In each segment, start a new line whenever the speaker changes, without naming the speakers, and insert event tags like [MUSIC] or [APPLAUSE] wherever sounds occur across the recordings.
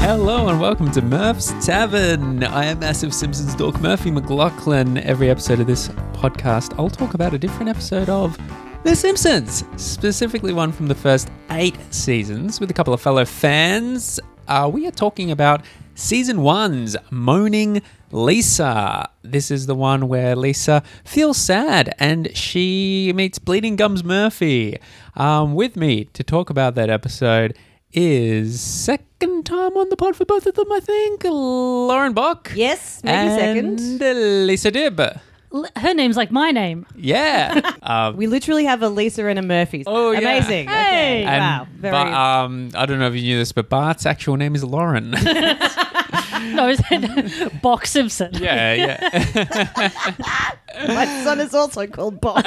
Hello and welcome to Murph's Tavern. I am Massive Simpsons dork Murphy McLaughlin. Every episode of this podcast, I'll talk about a different episode of The Simpsons, specifically one from the first eight seasons with a couple of fellow fans. Uh, we are talking about season one's Moaning Lisa. This is the one where Lisa feels sad and she meets Bleeding Gums Murphy. Um, with me to talk about that episode is second time on the pod for both of them, I think. Lauren Bock.
Yes, maybe
and
second.
Lisa Dibb.
L- her name's like my name.
[LAUGHS]
Yeah. um,
We literally have a Lisa and a Murphy's.
Oh, yeah.
Amazing.
Hey.
Okay.
and-
wow. Very.
but um, I don't know if you knew this, but Bart's actual name is
[LAUGHS]
Lauren.
No, is it Bok Simpson?
[LAUGHS]
yeah, yeah.
my son is also called
[LAUGHS]
Bob.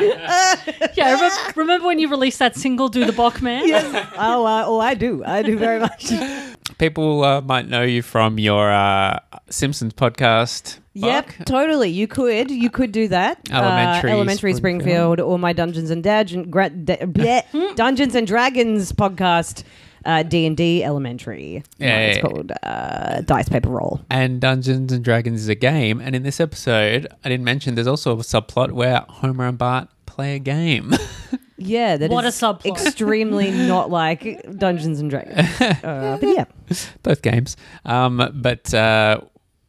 Yeah, remember, remember when you released that single, Do the Bok Man?
oh, uh, oh, I do. I do
[LAUGHS]
very much.
People uh, might know you from your uh, Simpsons podcast.
Yep,
Bark.
totally. You could, you could do that. Uh,
Elementary
Elementary
Springfield.
Springfield, or my Dungeons and Dad- Gra-
[LAUGHS]
Da- bleh, Dungeons and Dragons podcast, uh, D and D Elementary.
Yeah,
Uh, it's
yeah, yeah.
called uh, Dice Paper Roll.
And Dungeons and Dragons is a game. And in this episode, I didn't mention there's also a subplot where Homer and Bart play a game.
Yeah, that
What
is
a subplot.
Extremely
[LAUGHS]
not like Dungeons and Dragons, uh, but yeah.
both games. Um, but uh,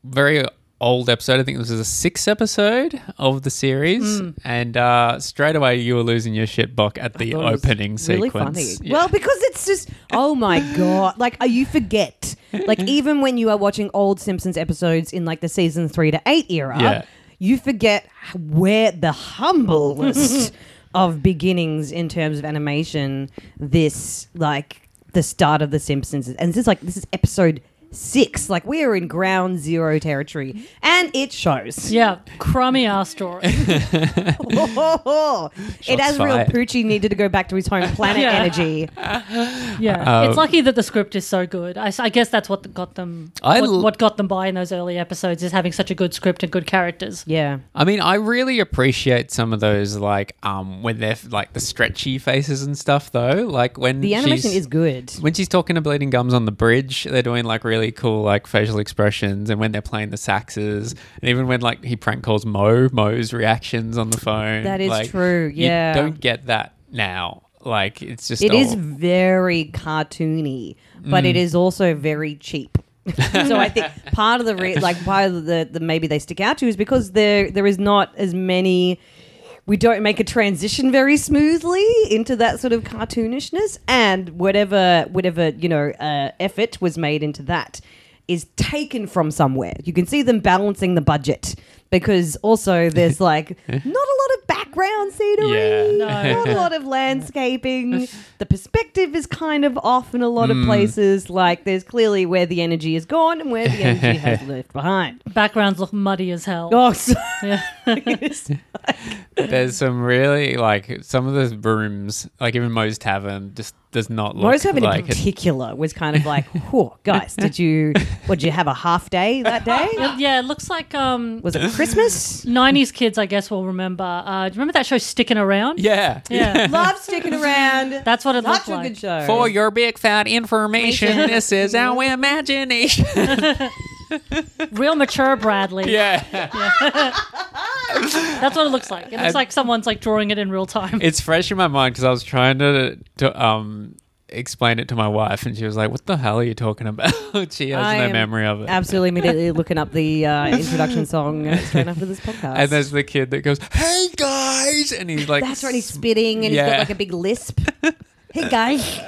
very old episode. I think this is a sixth episode of the series,
Hmm.
and uh, straight away you were losing your shit, Bock, at the
thought it was
opening
really
sequence.
funny.
Yeah.
Well, because it's just oh my god! Like uh, you forget,
[LAUGHS]
like even when you are watching old Simpsons episodes in like the season three to eight era,
Yeah.
you forget where
[LAUGHS]
the humblest of beginnings in terms of animation. This like the start of the Simpsons, is. and this is like this is episode six. Like we are in ground zero territory, and
[LAUGHS]
it [LAUGHS] shows.
Yeah, crummy ass story.
[LAUGHS] it has real
fired.
Poochie needed to go back to
[LAUGHS]
his home planet
Yeah.
energy.
Yeah,
Uh,
it's lucky that the script is so good. I, s- I guess that's what got them.
I
what,
l-
what got them by in those early episodes is having such a good script and good characters.
Yeah.
I mean, I really appreciate some of those, like um, when they're like the stretchy faces and stuff, though. Like when
The animation
she's-
is good.
When she's talking to Bleeding Gums on the bridge, they're doing like really cool like facial expressions, and when they're playing the saxes, and even when like he prank calls Mo, Mo's reactions on the phone.
That is
like,
true, yeah.
you don't get that now. Like it's just
It
all-
is very cartoony, but it is also very cheap. so I think part of the re- like part of the, the maybe they stick out to you is because there there is not as many. We don't make a transition very smoothly into that sort of cartoonishness, and whatever whatever you know uh, effort was made into that is taken from somewhere. You can see them balancing the budget because also there's like not a lot of background scenery
Yeah.
No.
[LAUGHS] not a lot of landscaping. The perspective is kind of off in a lot
Mm.
of places. Like there's clearly where the energy is gone and where the
[LAUGHS]
energy has left behind.
Backgrounds look muddy as hell.
Oh, so-
Yeah.
There's some really like some of the rooms, like even Mo's Tavern, just does not look
Rose Heaven in
like it.
particular was kind of like, whoa, guys, did you, what, did you have a half day that day?
yeah, it looks like um,
Was it Christmas?
90s kids, I guess, will remember. Uh, do you remember that show, Sticking Around?
Yeah.
Yeah.
Love sticking around.
That's what it
Such
looked
a
like.
good
[LAUGHS]
show.
For your big fat information, this is our
[LAUGHS]
imagination.
Real mature Bradley.
yeah.
That's what it looks like. It looks
And-
like someone's like drawing it in real time.
it's fresh in my mind because I was trying to to um explain it to my wife, and she was like, "What the hell are you talking about?" [LAUGHS] she has
I
no
am
memory of it.
Absolutely immediately looking up the uh, introduction song uh, straight after this podcast.
And there's the kid that goes, "Hey guys," and he's like,
That's right, he's spitting and he's
Yeah.
got like a big lisp. hey, guys.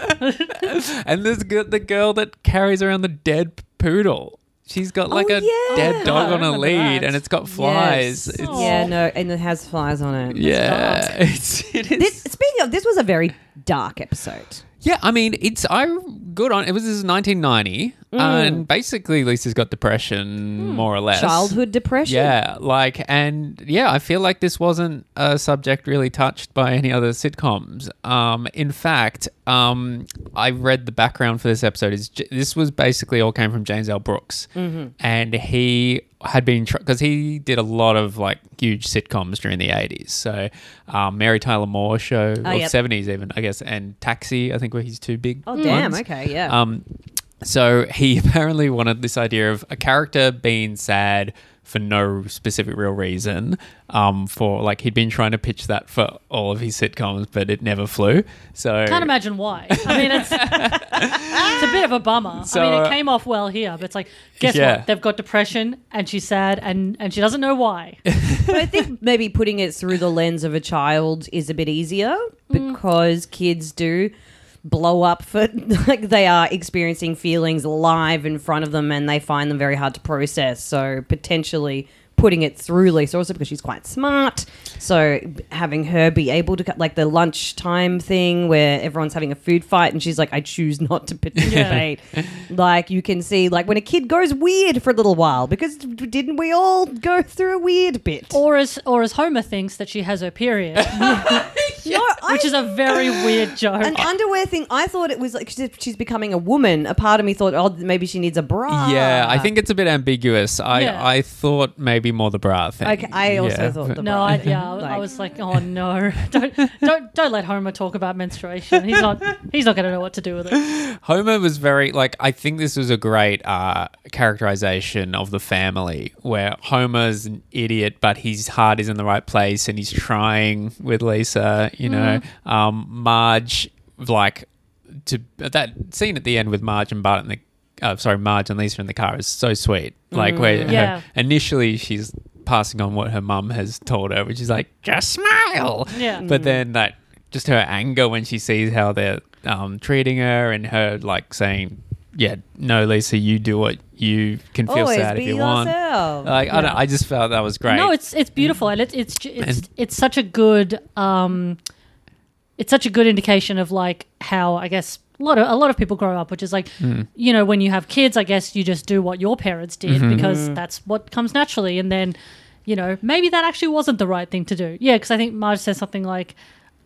and there's g- the girl that carries around the dead p- poodle. She's got like
Oh,
a
yeah.
dead dog on
I
a
remember
lead,
that.
and it's got flies.
Yes. Oh,
It's,
yeah, no, and it has flies on it.
yeah, [LAUGHS] it's, it is.
This, speaking of, this was a very dark episode.
Yeah, I mean, it's I good on it was this is 1990,
Mm.
and basically Lisa's got depression more or less.
Hmm. Childhood depression.
Yeah, like, and yeah, I feel like this wasn't a subject really touched by any other sitcoms. Um, in fact, um, I read the background for this episode. Is j- this was basically all came from James L. Brooks,
Mm-hmm.
and he had been because he did a lot of like huge sitcoms during the eighties. So, um, Mary Tyler Moore show
Oh,
or
yep.
seventies even, I guess, and Taxi. I think were his two big.
Oh damn.
ones.
Okay. Yeah.
Um, So he [LAUGHS] apparently wanted this idea of a character being sad for no specific real reason. Um, for like he'd been trying to pitch that for all of his sitcoms, but it never flew. So
Can't imagine why. I
[LAUGHS]
mean, it's, it's a bit of a bummer.
So,
I mean,
uh,
it came off well here, but it's like, guess
Yeah.
what? They've got depression, and she's sad, and and she doesn't
[LAUGHS]
know why.
but I think maybe putting it through the lens of a child is a bit easier because kids do blow up for [LAUGHS] like they are experiencing feelings live in front of them and they find them very hard to process. So potentially putting it through Lisa also because she's quite smart. So having her be able to cut like the lunchtime thing where everyone's having a food fight and she's like, I choose not to participate. like you can see like when a kid goes weird for a little while because didn't we all go through a weird bit?
Or as or as Homer thinks that she has her
[LAUGHS]
period,
No, I,
which is a very weird joke.
an underwear thing. I thought it was like she's, she's becoming a woman. A part of me thought, oh, maybe she needs a bra.
yeah, I think it's a bit ambiguous. I
Yeah.
I thought maybe more the bra thing.
Okay, I also
Yeah.
thought the
No,
bra.
I, yeah, I
Like-
was like, oh no, [LAUGHS] don't don't don't let Homer talk about menstruation. He's not he's not going to know what to do with it.
Homer was very like I think this was a great uh, characterization of the family where Homer's an idiot but his heart is in the right place and he's trying with Lisa, you know. Um, Marge like to that scene at the end with Marge and Bart in the uh, sorry Marge and Lisa in the car is so sweet. Like where her-
Yeah.
initially she's passing on what her mum has told her, which is like just smile.
Yeah.
But then that just her anger when she sees how they're um, treating her and her like saying, "Yeah, no, Lisa, you do what you can feel
Always
sad
be
if you want." Uh,
yourself.
Like I, don't, I just felt that was great.
No, it's it's beautiful, and it's it's ju- it's,
And-
it's such a good um, it's such a good indication of like how I guess a lot of a lot of people grow up, which is like
Hmm.
you know when you have kids, I guess you just do what your parents did
Mm-hmm.
because
Mm.
that's what comes naturally, and then you know maybe that actually wasn't the right thing to do. Yeah, because I think Marge says something like.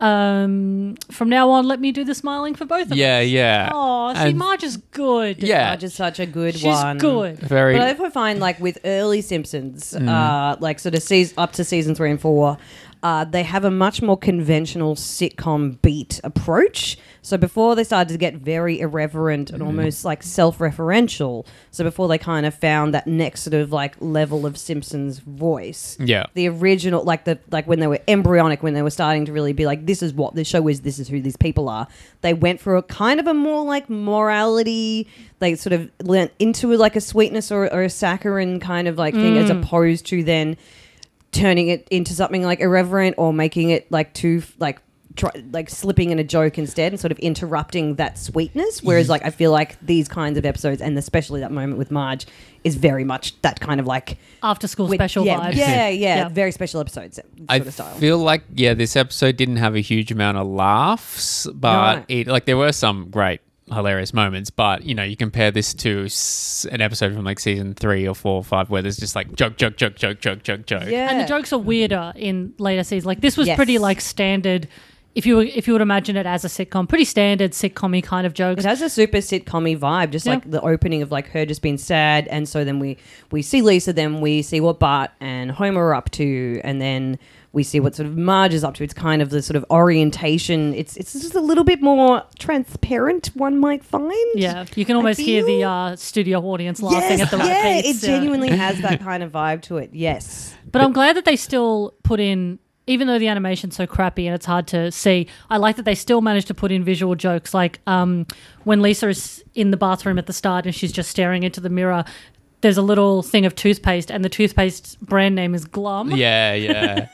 Um, from now on, let me do the smiling for both of
yeah, yeah.
Oh, see,
And-
Marge is good.
Yeah.
Marge is such a good
she's
one.
good.
very.
But I also find like with early Simpsons, uh, like sort of season, up to season three and four, uh, they have a much more conventional sitcom beat approach. So before they started to get very irreverent and almost like self-referential, so before they kind of found that next sort of like level of Simpsons voice,
Yeah.
the original like the like when they were embryonic when they were starting to really be like this is what this show is this is who these people are they went for a kind of a more like morality they sort of went into like a sweetness or, or a saccharine kind of like thing as opposed to then turning it into something like irreverent or making it like too like try, like slipping in a joke instead and sort of interrupting that sweetness whereas like i feel like these kinds of episodes and especially that moment with marge is very much that kind of like
After school
with-
special
yeah,
[LAUGHS]
vibes.
Yeah, yeah,
Yeah.
very special episodes sort
I
of style.
feel like yeah, this episode didn't have a huge amount of laughs, but
No.
it like there were some great hilarious moments. But you know, you compare this to s- an episode from like season three or four or five where there's just like joke, joke, joke, joke, joke, joke, joke.
yeah,
And the jokes are weirder in later seasons. Like this was
Yes.
pretty like standard. If you were, if you would imagine it as a sitcom, pretty standard sitcom kind of jokes.
It has a super sitcom vibe, just
Yeah.
like the opening of like her just being sad, and so then we we see Lisa, then we see what Bart and Homer are up to, and then we see what sort of Marge is up to. It's kind of the sort of orientation. It's it's just a little bit more transparent, one might find.
Yeah, you can almost hear the
feel-
uh, studio audience laughing
Yes,
at the right
yeah, it
beats, yeah. [LAUGHS]
genuinely has that kind of vibe to it. Yes.
[LAUGHS]
But I'm glad that they still put in, even though the animation's so crappy and it's hard to see. I like that they still managed to put in visual jokes, like um, when Lisa is in the bathroom at the start and she's just staring into the mirror. There's a little thing of toothpaste, and the toothpaste brand name is Glum [LAUGHS]
Yeah,
[LAUGHS]
yeah.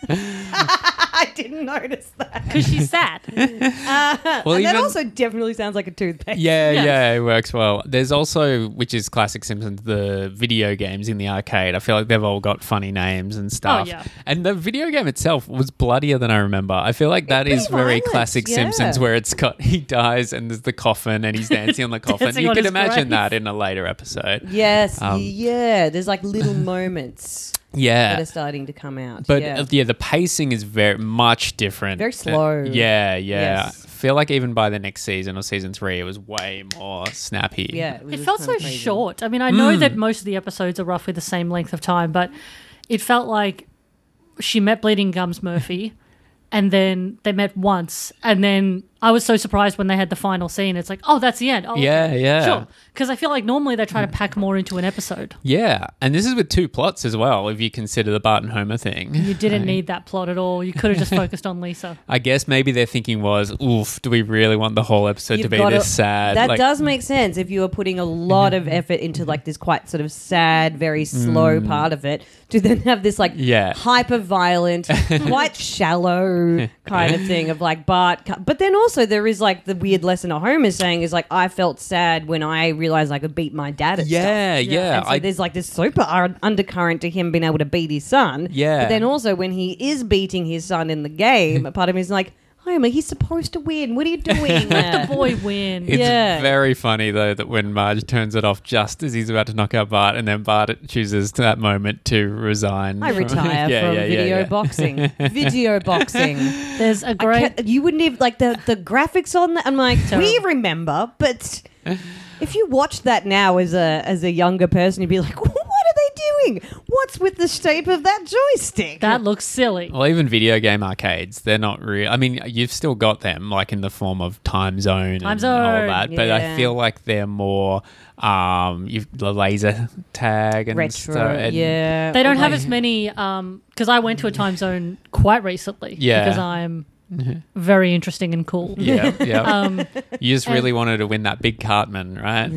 I didn't notice that.
because
[LAUGHS]
she's sad.
well,
and that
even-
also definitely sounds like a toothpaste.
Yeah,
Yeah.
yeah, it works well. There's also, which is classic Simpsons, the video games in the arcade. I feel like they've all got funny names and stuff.
yeah.
And the video game itself was bloodier than I remember. I feel like that
pretty
is very
violent,
classic
yeah.
Simpsons, where it's got [LAUGHS] he dies and there's the coffin and he's dancing on the coffin.
Dancing
you
on
could
his
imagine
grave.
that in a later
[LAUGHS]
episode.
Yes,
Um,
yeah. There's
[LAUGHS]
like little moments that
Yeah.
are starting to come out.
But
yeah.
yeah. yeah, the pacing is very much different. Uh,
Very slow.
Yeah, yeah.
Yes.
I feel like even by the next season or season three, it was way more snappy.
yeah, it, was
It
just
felt
kinda
so
crazy. Hmm.
short. I mean, I know that most of the episodes are roughly the same length of time, but it felt like she met Bleeding Gums Murphy and then they met once and then I was so surprised when they had the final scene. It's like, oh, that's the end. Oh, okay.
Yeah, yeah.
Sure. Because I feel like normally they
Hmm.
try to pack more into
[LAUGHS]
an episode.
Yeah, and this is with two plots as well. If you consider the Bart and Homer thing,
You didn't need that plot at all. You could have just focused
[LAUGHS]
on Lisa.
I guess maybe their thinking was, "Oof, do we really want the whole episode to
You've
be
gotta-
this sad?"
That
Like, Mm-hmm.
does make sense if you were putting a lot of effort into like this quite sort of sad, very slow part of it to then have this like
Mm. Yeah. [LAUGHS]
hyper violent, quite shallow kind of thing of like Bart. co- But then also there is like the weird lesson of Homer saying is like I felt sad when I realized I could beat my dad. At stuff.
Yeah, yeah.
And so
I,
there's like this super ar- undercurrent to him being able to beat his son.
Yeah.
But then also when he is beating his son in the game, a part of him is like, Homer, he's supposed to win. What are you
[LAUGHS]
doing?
Let the boy win.
it's
yeah.
very funny though that when Marge turns it off just as he's about to knock out Bart, and then Bart chooses to that moment to resign.
I
from-
retire
Yeah, [LAUGHS]
from
yeah, yeah,
video
yeah. [LAUGHS]
boxing. video boxing.
There's
[LAUGHS]
a
I
great.
can't- you wouldn't even like the the graphics on that. I'm like, we
Terrible.
remember,
[LAUGHS]
but if you watched that now as a as a younger person, you'd be like, [LAUGHS] what are they doing? What's with the shape of that joystick?
That looks
Oh,
silly.
Well, even video game arcades, they're not real. I mean, you've still got them, like in the form of Time Zone and
Time Zone,
all that. But I
yeah.
feel like they're more, um, you've the laser tag and
retro.
stuff, and-
yeah,
They don't have
my-
as many. Um, because I went to a time zone quite recently.
Yeah.
Because I'm
Mm-hmm.
very interesting and cool.
[LAUGHS] Yeah, yeah.
Um,
you just
and-
really wanted to win that big Cartman, right?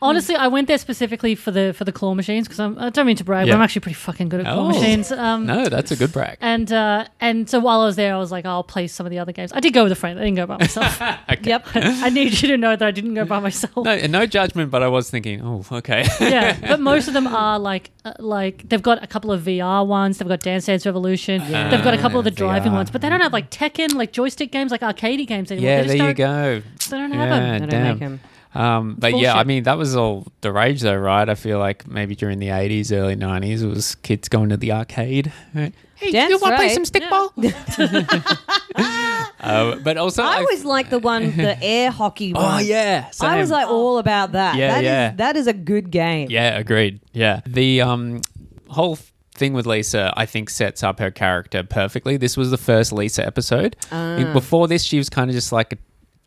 honestly, I went there specifically for the for the claw machines because I don't mean to brag,
Yeah.
but I'm actually pretty fucking good at claw
Oh.
machines. Um,
no, that's a good brag.
And uh, and so while I was there, I was like, I'll play some of the other games. I did go with a friend. I didn't go
[LAUGHS]
by myself. [LAUGHS]
[LAUGHS] Yep.
I need you to know that I didn't go by myself.
No, and no judgment, but I was thinking, oh, okay.
[LAUGHS] yeah, but most of them are like uh, like they've got a couple of VR ones. They've got Dance Dance Revolution. They've got a couple of the driving
VR.
ones, but they don't have like Tekken, like joystick games, like arcadey games
[LAUGHS]
anymore.
yeah,
They
there
just
you
don't-
go.
They don't have
Yeah,
them.
They don't
damn.
make 'em.
Um, but yeah, I
bullshit.
mean, that was all the rage, though, right? I feel like maybe during the 80s, early 90s, it was kids going to the arcade. Right? Hey,
That's
you want to play
right.
some stickball? [LAUGHS] uh, but also,
I always like the
[LAUGHS]
one, the air hockey one.
Oh, yeah. Same.
I was like all about that.
Yeah,
That is
yeah.
that is a good game.
Yeah, agreed. Yeah. The um whole f- thing with Lisa, I think, sets up her character perfectly. This was the first Lisa episode. And Before this, she was kind of just like a,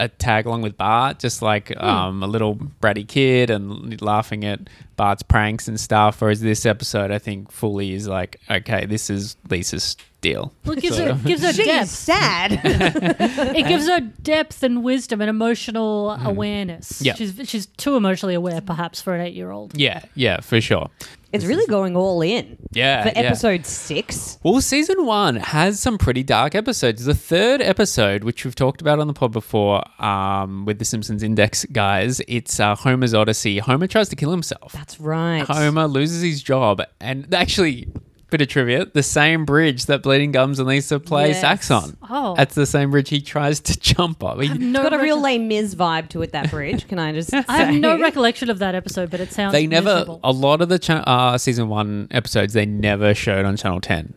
a tag along with Bart, just like um, a little bratty kid and l- laughing at Bart's pranks and stuff. Whereas this episode, I think, fully is like, okay, this is Lisa's deal.
Well, it gives
So-
her gives her
[LAUGHS]
She's
depth.
sad.
It gives her depth and wisdom and emotional awareness.
Hmm. Yeah.
she's she's too emotionally aware, perhaps, for an eight year old.
Yeah, yeah, for sure.
it's really going all in
Yeah.
for
Uh, yeah.
episode six.
Well, season one has some pretty dark episodes. The third episode, which we've talked about on the pod before, um, with the Simpsons Index guys, it's uh, Homer's Odyssey. Homer tries to kill himself.
That's right.
Homer loses his job, and actually, bit of trivia: the same bridge that Bleeding Gums and Lisa play
Yes.
sax on.
Oh.
that's the same bridge he tries to jump off. He-
No
It's got a real
recol-
Les Mis vibe to it. That bridge. Can I
[LAUGHS]
just?
I have
say?
no recollection of that episode, but it sounds
they never
miserable.
a lot of the cha- uh, season one episodes they never showed on channel 10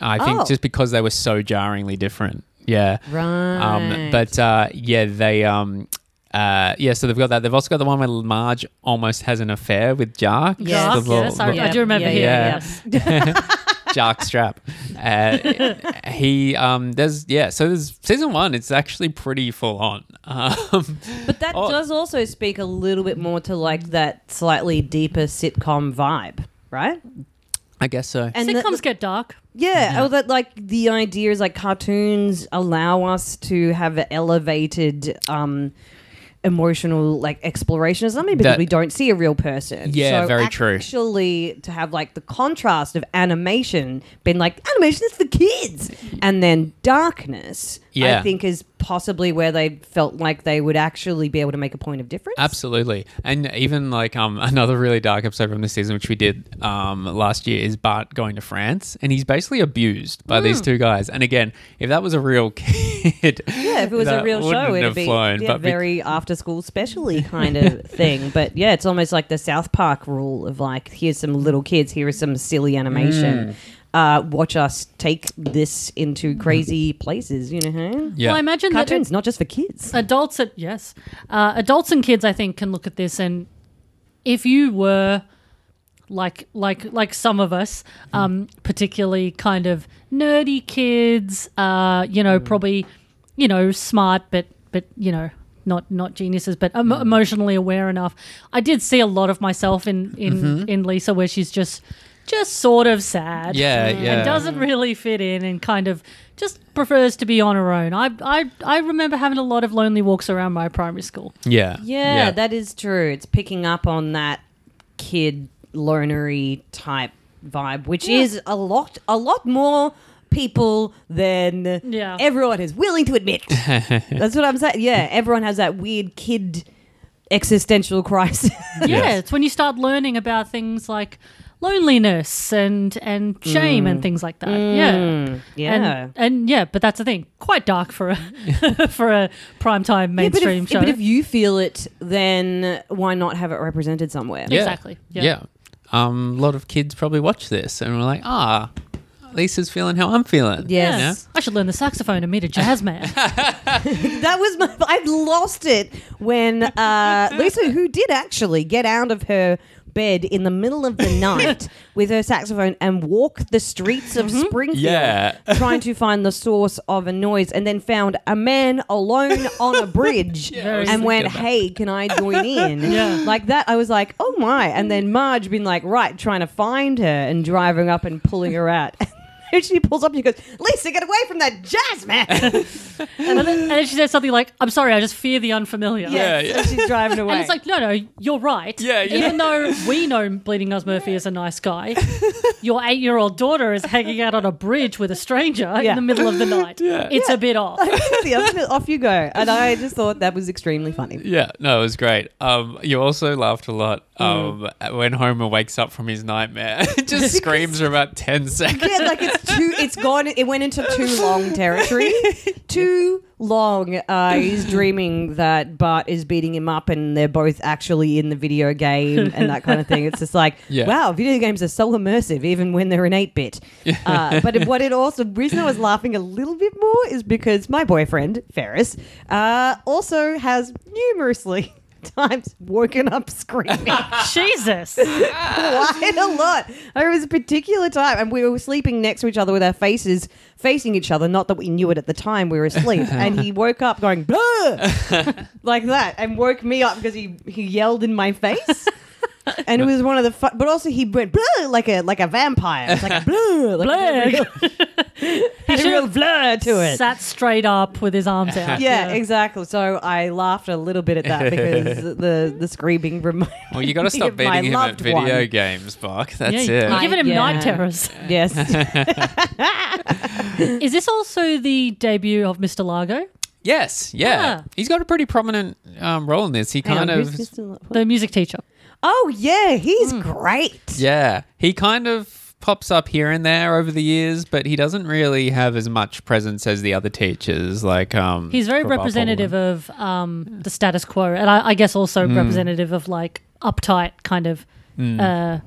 i
Oh.
think just because they were so jarringly different yeah um,
[LAUGHS] Right.
but uh, yeah they um uh, yeah, so they've got that. They've also got the one where Marge almost has an affair with Jark.
Yes.
The
Yes,
little-
yes, I, I
Yeah.
do remember
Yeah,
hearing
yeah,
yes.
[LAUGHS] Jark Strap. Uh, he um, there's yeah. So there's season one. It's actually pretty full on. [LAUGHS] Um,
But that
Oh.
does also speak a little bit more to like that slightly deeper sitcom vibe, right?
I guess so.
And the-
Sitcoms get dark.
Yeah, or that like the idea is like cartoons allow us to have an elevated um emotional like exploration or something because
That-
we don't see a real person.
Yeah,
so
very
actually,
true.
Actually, to have like the contrast of animation being like animation is for kids, and then darkness.
Yeah.
I think is possibly where they felt like they would actually be able to make a point of difference.
Absolutely, and even like um [LAUGHS] another really dark episode from this season, which we did um last year, is Bart going to France, and he's basically abused by
Hmm.
these two guys. And again, if that was a real [LAUGHS] kid,
Yeah, if it was a
that
real
wouldn't
show, it'd
have
be
flown,
yeah,
but bec-
very after school specially
[LAUGHS]
kind of thing. But yeah, it's almost like the South Park rule of like, here's some little kids, here is some silly
Mm.
animation. Uh, watch us take this into crazy places, you know? huh?
yeah.
Well, I imagine
Cartoons,
that
not just for kids.
it- adults, at, yes, uh, adults and kids, I think, can look at this and if you were like like like some of us,
Hmm. Hmm.
um, particularly kind of nerdy kids, uh, you know, probably you know, smart, but but you know, not not geniuses, but
Hmm.
emo emotionally aware enough. I did see a lot of myself in in
Mm-hmm.
in Lisa, where she's just just sort of sad,
Yeah, yeah.
and doesn't really fit in, and kind of just prefers to be on her own. I I I remember having a lot of lonely walks around my primary school.
yeah.
Yeah, that is true. It's picking up on that kid lonery type vibe, which is a lot, a lot more people than
Yeah.
everyone is willing to
[LAUGHS]
admit. That's what I'm saying. Yeah, everyone has that weird kid existential
[LAUGHS]
crisis.
yeah,
Yes.
it's when you start learning about things like loneliness and and shame and things like that. Yeah.
Mm. yeah.
And, and yeah, but that's the thing. Quite dark for a [LAUGHS] for a primetime
Yeah, but,
mainstream
if,
show.
but if you feel it, then why not have it represented somewhere?
Yeah.
Exactly.
Yeah.
Yeah.
Um, a lot of kids probably watch this and we're like, ah, Lisa's feeling how I'm feeling.
Yes.
You know?
I should learn the saxophone and meet a
[LAUGHS]
jazz man.
That was my. [LAUGHS] I lost it when uh, Lisa, who did actually get out of her bed in the middle
[LAUGHS]
of the night with her saxophone and walk the streets
Mm-hmm.
of Springfield,
Yeah.
trying to find the source of a noise, and then found a man alone on
[LAUGHS]
a bridge
I was
and went,
thinking about
"Hey, can I
[LAUGHS]
join in?"
Yeah.
Like that, I was like, "Oh my!" And then Marge been like, "Right," trying to find her and driving up and pulling her out. [LAUGHS] And she pulls up and she goes, Lisa, get away from that jazz man.
and, then, and then she said something like, I'm sorry, I just fear the unfamiliar.
Yeah,
Yes,
yeah.
[LAUGHS] And she's driving away.
And it's like, no, no, you're right.
Yeah, yeah.
Even though we know Bleeding Us Murphy is a
[LAUGHS]
nice guy, your eight year old daughter is hanging out on a bridge with a stranger
Yeah.
in the middle of the night.
Yeah.
It's a bit
[LAUGHS]
off.
Yeah, off you- off you go. And I just thought that was extremely funny.
Yeah, no, it was great. Um, you also laughed a lot
Mm.
um, when Homer wakes up from his nightmare. [LAUGHS] It
[LAUGHS]
just screams for about 10 seconds.
[LAUGHS] Yeah, like it's too. It's gone. It went into too long territory. Too long. Uh, he's dreaming that Bart is beating him up, and they're both actually in the video game and that kind of thing. It's just like,
Yeah.
wow, video games are so immersive, even when they're in eight bit. Uh, but it- what it also the reason I was laughing a little bit more is because my boyfriend Ferris uh, also has numerously [LAUGHS] times woken up screaming. [LAUGHS]
Jesus.
quite a lot. There was a particular time, and we were sleeping next to each other with our faces facing each other. Not that we knew it at the time we were asleep. and he woke up going blah like that, and woke me up because he he yelled in my face. And it was one of the, fu- but also he went blah like a like a vampire, It's like a blah, like a
[LAUGHS]
real- had a
should
real
have
blur to it.
Sat straight up with his arms out.
yeah, exactly. So I laughed a little bit at that because the the screaming reminded
Well, you got
[LAUGHS]
to
me
stop
of my
beating him at
loved
video
one.
games, Buck.
Yeah,
[LAUGHS] That's
you-
it.
You're giving him
Yeah. [LAUGHS]
night terrors.
[LAUGHS]
Yes,
Is this also the debut of Mr. Largo,
Yes, yeah.
Yeah.
He's got a pretty prominent um, role in this. He
Hang
kind
on,
of,
who's Mr. Lo-
the music teacher?
Oh yeah, he's great.
yeah, he kind of pops up here and there over the years, but he doesn't really have as much presence as the other teachers. Like, um,
He's very
Krabappel
representative
and-
of um, the status quo, and I, I guess also
Mm.
representative of like uptight kind of. Uh,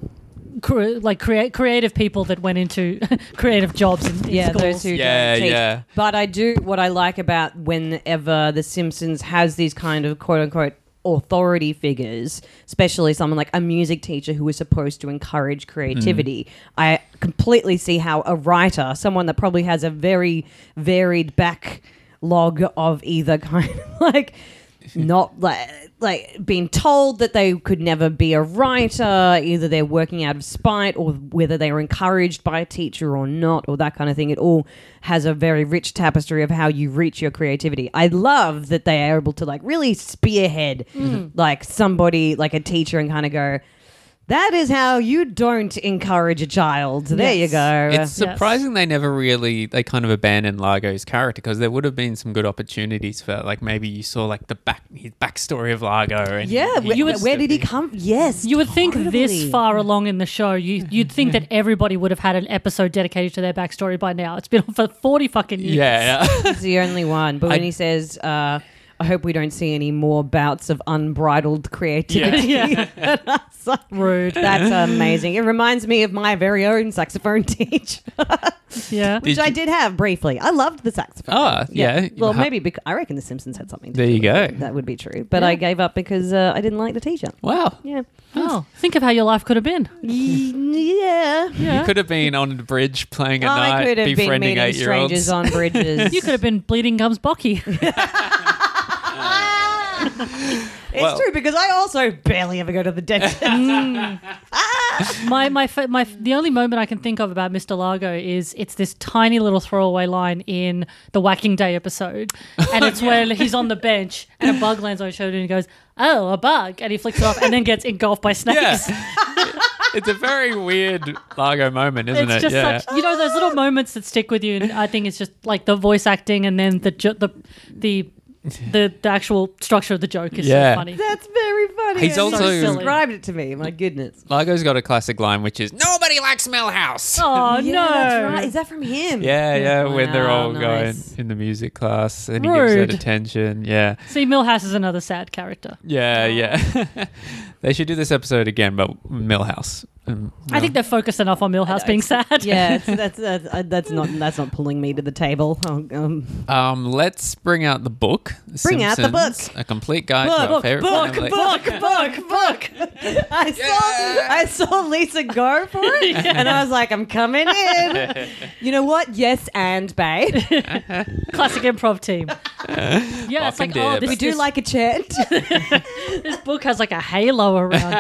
cre- like create creative people that went into [LAUGHS] creative jobs in, in
Yeah,
schools.
those who
Yeah,
don't teach.
yeah.
But I do what I like about whenever The Simpsons has these kind of quote unquote authority figures, especially someone like a music teacher who is supposed to encourage creativity.
Mm.
I completely see how a writer, someone that probably has a very varied backlog of either [LAUGHS] kind of like not like like being told that they could never be a writer either they're working out of spite or whether they were encouraged by a teacher or not or that kind of thing it all has a very rich tapestry of how you reach your creativity i love that they are able to like really spearhead
Mm-hmm.
like somebody like a teacher and kind of go that is how you don't encourage a child there you
Yes.
go
It's surprising they never really they kind of abandoned Largo's character because there would have been some good opportunities for like maybe you saw like the back his backstory of Largo and
yeah, where,
you
where did he come? Yes,
You would think
totally.
this far along in the show, you, you'd think that everybody would have had an episode dedicated to
[LAUGHS]
their [LAUGHS] backstory by now. It's been on for forty fucking years.
yeah yeah
He's the only one. But when
I-
he says, uh, I hope we don't see any more bouts of unbridled creativity. [LAUGHS] at our side.
Rude.
That's amazing. It reminds me of my very own saxophone [LAUGHS] teacher,
[LAUGHS]
Yeah.
which
Did
I
you-
did have briefly. I loved the saxophone.
Ah, yeah.
Well,
Ha-
maybe bec- I reckon The Simpsons had something to
There
do
you
with
go.
it. That would be true. But I gave up because uh, I didn't like the teacher.
Wow. [LAUGHS]
Yeah.
Oh, think of how your life could have been.
Yeah.
Yeah.
You could have been on a bridge playing a
I
night,
could have been
befriending
meeting
eight year
strangers
olds.
on bridges.
You could have been bleeding gums bocky. Ah!
It's
Well-
true because I also barely ever go to the dentist.
[LAUGHS] my my fa- my the only moment I can think of about Mr. Largo is it's this tiny little throwaway line in the Whacking Day episode, and
[LAUGHS]
it's where he's on the bench and a bug lands on his shoulder and he goes, "Oh, a bug," and he flicks it off and then gets engulfed by snakes.
[LAUGHS] Yeah. [LAUGHS] it's a very weird Largo moment, isn't
It's
it?
just
yeah.
such you know those little moments that stick with you, and I think it's just like the voice acting and then the jo- the the the, the actual structure of the joke is
Yeah.
so funny.
That's very funny.
He's
You
also-
just
So silly.
described it to me. My goodness.
Largo's got a classic line, which is "Nobody likes Millhouse."
Oh
Yeah,
no!
that's right. Is that from him?
Yeah, yeah. When they're
Wow,
all
nice.
going in the music class, and he gives
Rude.
that attention. Yeah,
See, Millhouse is another sad character.
yeah,
Um,
yeah. [LAUGHS] they should do this episode again, but Millhouse. Um,
I think they're focused enough on Millhouse being sad. [LAUGHS]
Yeah, [LAUGHS] it's- that's that's, uh, that's not that's not pulling me to the table. [LAUGHS] Oh, um,
Um, let's bring out the book.
Bring out the
Simpsons, A complete guide to our favorite family.
book, [LAUGHS] book. I saw I saw Lisa go for [LAUGHS] it, and I was like, I'm coming
[LAUGHS]
in. you know what? Yes, and [LAUGHS] babe,
Classic improv
[LAUGHS]
team. Yeah, it's
Fucking
like, oh,
dib. We
this,
we do
this-
like a chant.
this book has like a
[LAUGHS]
halo around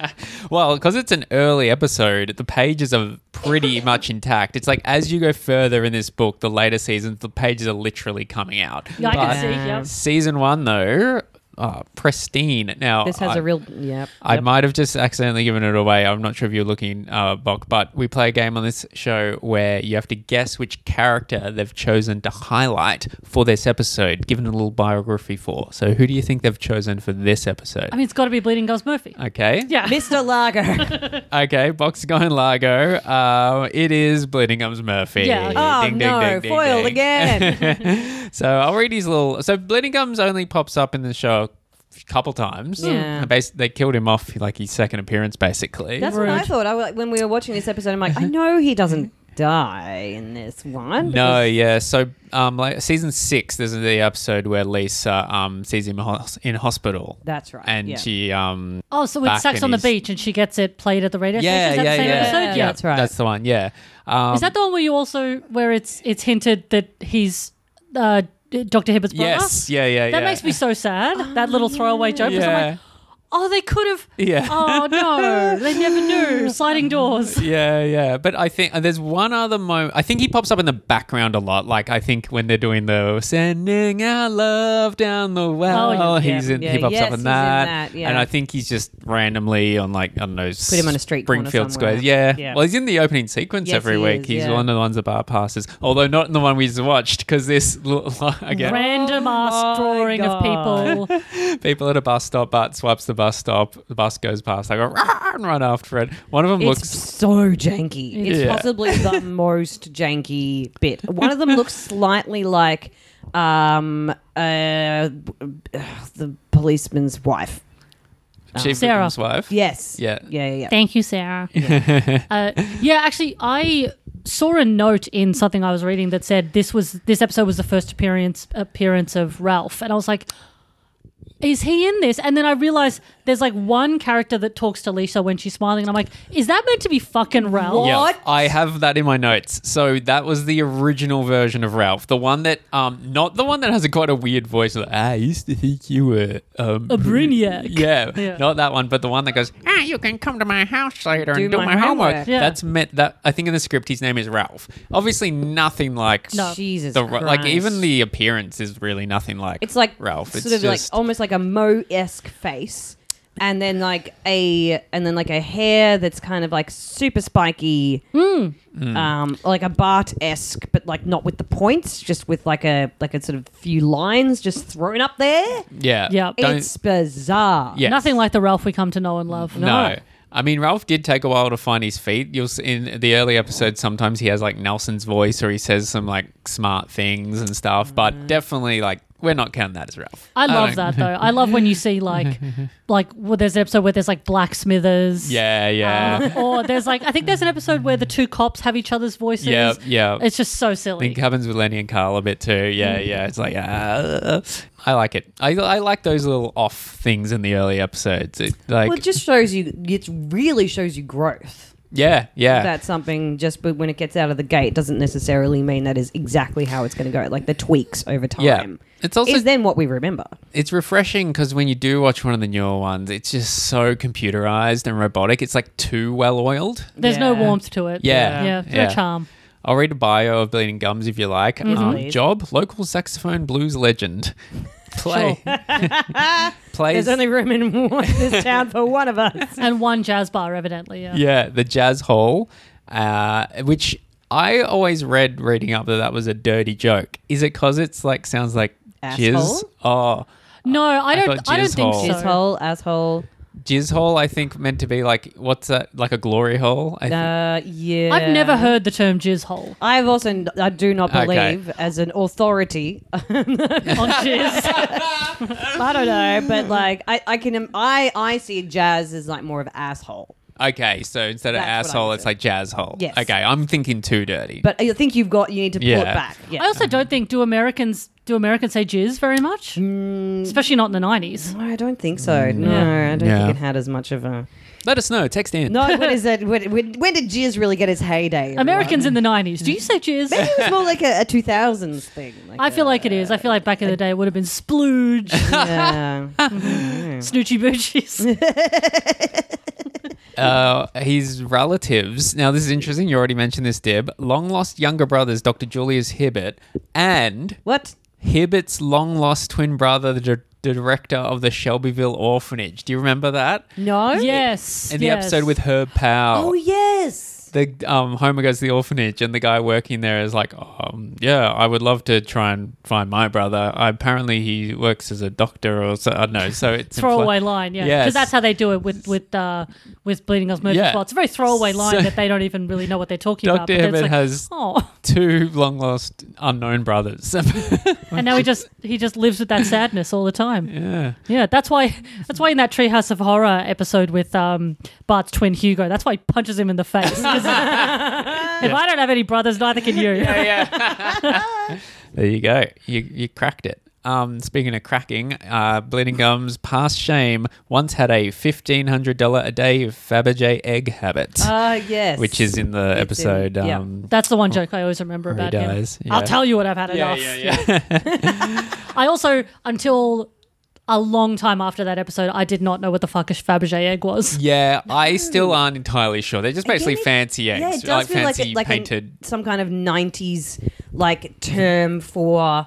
it.
Well, because it's an early episode, the pages are
[LAUGHS]
pretty much intact. It's like as you go further in this book, the later seasons, the pages are literally coming out.
Yeah, I
But
can see. Yeah.
Season one, though, oh, pristine. Now
this has
I-
a real yeah.
I might have just accidentally given it away. I'm not sure if you're looking, uh, Bok, but we play a game on this show where you have to guess which character they've chosen to highlight for this episode, given a little biography for. So, who do you think they've chosen for this episode?
I mean, it's got to be Bleeding Girls Murphy.
okay.
Yeah.
Mr. Lager. [LAUGHS]
Okay. Box going Largo. Uh, it is Bleeding Gums Murphy.
Yeah.
Oh no, foiled again.
again. [LAUGHS] so I'll read his little. So Bleeding Gums only pops up in the show a couple times.
Yeah.
And bas- they killed him off like his second appearance, basically.
That's what I
Rude.
thought. I was- when we were watching this episode, I'm like, I know he doesn't die in this one.
No,
because-
yeah. So, um, like season six, there's the episode where Lisa um sees him hos- in hospital,
that's right.
and
yeah.
she um
Oh, so
Back
it's Sex
in
on the
his-
Beach and she gets it played at the radio
yeah
station. Is
yeah
that the same
yeah,
episode?
Yeah. That's right.
That's the one. Yeah. Um,
Is that the one where you also, where it's it's hinted that he's uh, Dr. Hibbert's brother?
yes? Yeah yeah yeah.
That makes me so sad. that little throwaway joke. because I'm
Yeah
like, oh, they could
[LAUGHS]
have.
yeah.
Oh, no. They never knew. Sliding doors.
[LAUGHS] Yeah, yeah, but I think uh, there's one other moment. I think he pops up in the background a lot. Like I think when they're doing the "Sending Our Love Down the Well,"
yeah.
he's in,
Oh, Yeah,
he pops
yes,
up
he's
in
in
that.
that, yeah.
And I think he's just randomly on like I don't know, put
him on a street corner
Springfield
somewhere.
Squares. Yeah.
Yeah.
well, he's in the opening sequence
Yes,
every
he
week.
is,
he's
yeah.
one of the ones that bar passes, although not in the one we just watched because this [LAUGHS] l- l- again
Random ass
Oh
my
drawing of people.
people at a bus stop. Bart swipes the bus stop. The bus goes past. I go "Rah!" and run after it. One of them
It's
looks.
so janky. It's
Yeah.
possibly the most janky bit. One of them looks slightly like um uh the policeman's wife.
Chief
Sarah.
Wickham's wife.
Yes.
Yeah.
Yeah, yeah, yeah.
Thank
[LAUGHS]
you, Sarah. uh, yeah, actually, I saw a note in something I was reading that said this was this episode was the first appearance appearance of Ralph, and I was like. Is he in this? And then I realized there's like one character that talks to Lisa when she's smiling, and I'm like, is that meant to be fucking Ralph?
Yeah,
What?
I have that in my notes. So that was the original version of Ralph, the one that, um, not the one that has a quite a weird voice. Like, "Ah, I used to think you were um,
A Brainiac.
[LAUGHS]
[LAUGHS]
Yeah,
Yeah.
not that one, but the one that goes, ah, you can come to my house later
Do
and do
my
my, homework.
homework.
Yeah.
That's meant that I think in the script his name is Ralph. Obviously, nothing like
No.
Jesus
the Ra- like
Christ.
even the appearance is really nothing like.
It's like
Ralph.
sort
it's
of
just,
like oh, almost like a Mo esque face, and then like a and then like a hair that's kind of like super spiky,
Mm.
um, like a Bart esque, but like not with the points, just with like a like a sort of few lines just thrown up there.
yeah,
Yeah.
Don't-
It's bizarre.
yes.
Nothing like the Ralph we come to know and love. No.
No. I mean, Ralph did take a while to find his feet. You'll see in the early episodes, sometimes he has like Nelson's voice or he says some like smart things and stuff, but definitely like We're not counting that as Ralph.
I love
don't-
that though. I love when you
[LAUGHS]
see like like well, there's an episode where there's like blacksmithers.
Yeah, [LAUGHS] yeah.
Uh, [LAUGHS] or there's like I think there's an episode where the two cops have each other's voices.
yeah, yeah.
It's just so
I
silly.
think it happens with Lenny and Carl a bit too. Yeah, yeah. It's like, uh, I like it. I, I like those little off things in the early episodes. It, like,
well, it just shows you. It really shows you growth.
yeah, yeah.
That's something. Just but when it gets out of the gate, doesn't necessarily mean that is exactly how it's going to go. Like the tweaks over time.
It's also-
is then what we remember.
it's refreshing because when you do watch one of the newer ones, it's just so computerized and robotic. It's like too well oiled.
There's no
Yeah.
warmth to it.
Yeah.
Yeah.
Yeah.
No charm.
I'll read a bio of Bleeding Gums if you like. Um,
please.
job: local saxophone blues
[LAUGHS]
legend. Play. [LAUGHS] Plays.
There's only room in [LAUGHS] one, this town for one of us.
And one jazz bar, evidently. Yeah.
yeah, the Jazz Hall, uh, which I always read reading up that that was a dirty joke. Is it because it's like sounds like jizz? Oh,
No, I don't.
thought
I, don't
jizz
think
hole.
so.
[LAUGHS] Asshole, asshole.
jizz hole. I think meant to be like what's that? Like a glory hole. I think.
Uh, yeah.
I've never heard the term jizz hole
I've also, n- I do not
Okay.
believe as an authority. [LAUGHS]
on jizz.
I don't know,
[LAUGHS]
but like, I, I can, im- I, I see jazz as like more of asshole.
Okay, so instead of
That's what
asshole,
I
it's like jazz hole.
Yes.
Okay, I'm thinking too dirty.
But I think you've got, you need to pull
Yeah.
it back.
I
Yeah.
also don't think do Americans do Americans say jizz very much, especially not in the nineties.
No, I don't think so. No, I don't
Yeah.
think it had as much of a.
Let us know. Text in.
No, when is it? When, when, when did jizz really get its heyday?
Americans in the nineties. Do you say jizz?
Maybe [LAUGHS] it was more like a, a 2000s thing. Like
I feel
a-
like it is. I feel like back in the day it would have been splooge, [LAUGHS]
Yeah.
snoochie boochies.
Uh, his relatives. Now, this is interesting. You already mentioned this, Deb. Long lost younger brothers, Dr. Julius Hibbert, and
what?
Hibbert's long lost twin brother, the dir- director of the Shelbyville Orphanage. Do you remember that?
No?
yes.
In the
yes.
episode with Herb Powell.
Oh, yes.
The um, Homer goes to the orphanage, and the guy working there is like, um, "Yeah, I would love to try and find my brother. apparently, he works as a doctor or so. I don't know. So it's
throwaway line, yeah, because
Yes.
that's how they do it with with uh, with bleeding us murphy
Yeah.
yeah. It's a very throwaway line
So-
that they don't even really know what they're talking about.
Doctor
but it's
Hibbert
like,
has
oh,
two long lost unknown brothers. [LAUGHS]
and now he just he just lives with that sadness all the time.
yeah.
Yeah, that's why that's why in that Treehouse of Horror episode with um, Bart's twin Hugo, that's why he punches him in the face. 'Cause [LAUGHS] if I don't have any brothers, neither can you.
There you go. You, you cracked it. Um, speaking of cracking, uh, Bleeding Gums past shame once had a fifteen hundred dollar a day Fabergé egg habit,
Ah, yes.
which is in the
in-
episode.
yeah.
um,
That's the one joke I always remember
Or he
about him.
dies, yeah.
I'll tell you what I've had enough.
yeah.
I also, until a long time after that episode, I did not know what the fuck a Fabergé
[LAUGHS]
egg was.
yeah, I still aren't entirely sure. They're just basically
Again, it-
fancy eggs,
Yeah, it does
like
feel
fancy
like, it, like an-
painted.
some kind of nineties like term for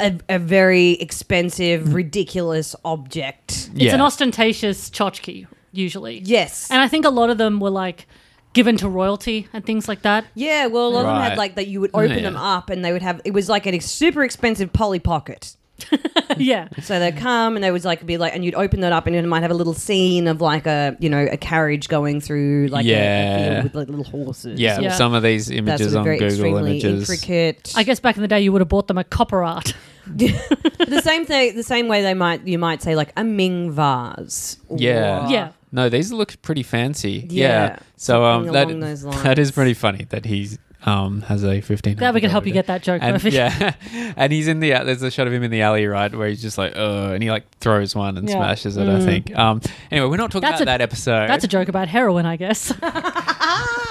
a, a very
Mm.
expensive, ridiculous object.
It's an
Yeah.
ostentatious tchotchke, usually.
Yes.
And I think a lot of them were like given to royalty and things
[LAUGHS]
like that.
yeah, well, a lot of them
Right.
had like that. You would open
Yeah.
them up, and they would have. It was like a super expensive Polly Pocket.
yeah.
So
Mm.
they'd come, and they would like be like, and you'd open that up, and it might have a little scene of like a you know a carriage going through like a-
Yeah.
a, field with like little horses.
Yeah,
Yeah.
some of these
That
images
sort of
on
very
Google
extremely
Images.
intricate.
I guess back in the day, you would have bought them a copper art.
the same thing. The same way they might you might say like a Ming vase. or-
Yeah.
Yeah.
No, these look pretty fancy. Yeah.
Yeah,
So um,
something
that,
along those
[LAUGHS] that is
lines.
pretty funny that he's um has a fifteen.
That we can help you get that joke,
And,
Murphy.
yeah, [LAUGHS] and he's in the there's a shot of him in the alley right where he's just like oh, and he like throws one and
Yeah.
smashes
Mm.
it. I think. Um. Anyway, we're not talking
That's
about
a-
that episode.
[LAUGHS] That's a joke about heroin,
[LAUGHS]
I guess.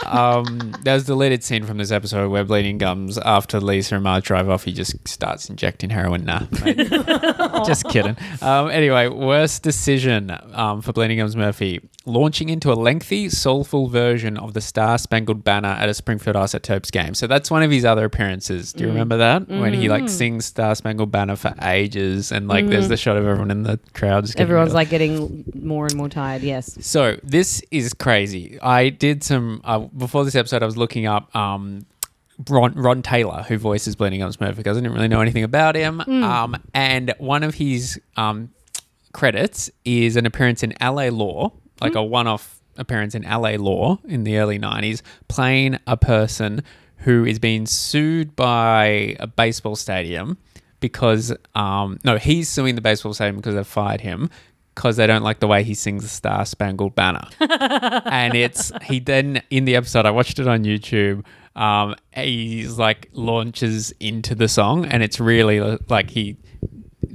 um. There's the deleted scene from this episode where bleeding gums after Lisa and Marge drive off. He just starts injecting heroin. Nah. mate. just kidding. Um. Anyway, worst decision um for bleeding gums Murphy launching into a lengthy, soulful version of the Star Spangled Banner at a Springfield Ice at Terps game. So that's one of his other appearances. Do you remember that when he like sings Star Spangled Banner for ages and like there's the shot of everyone in the crowd. Just getting
Everyone's
really-
like getting more and more tired. Yes.
so this is crazy. I did some uh, before this episode. I was looking up um, Ron, Ron Taylor, who voices Bleeding Gums Murphy, because I didn't really know anything about him. Um, and one of his um, credits is an appearance in LA Law, like a one-off appearance in LA Law in the early '90s, playing a person who is being sued by a baseball stadium because um, no, he's suing the baseball stadium because they fired him because they don't like the way he sings the Star Spangled Banner. and it's he then in the episode I watched it on YouTube. Um, he's like launches into the song, and it's really like he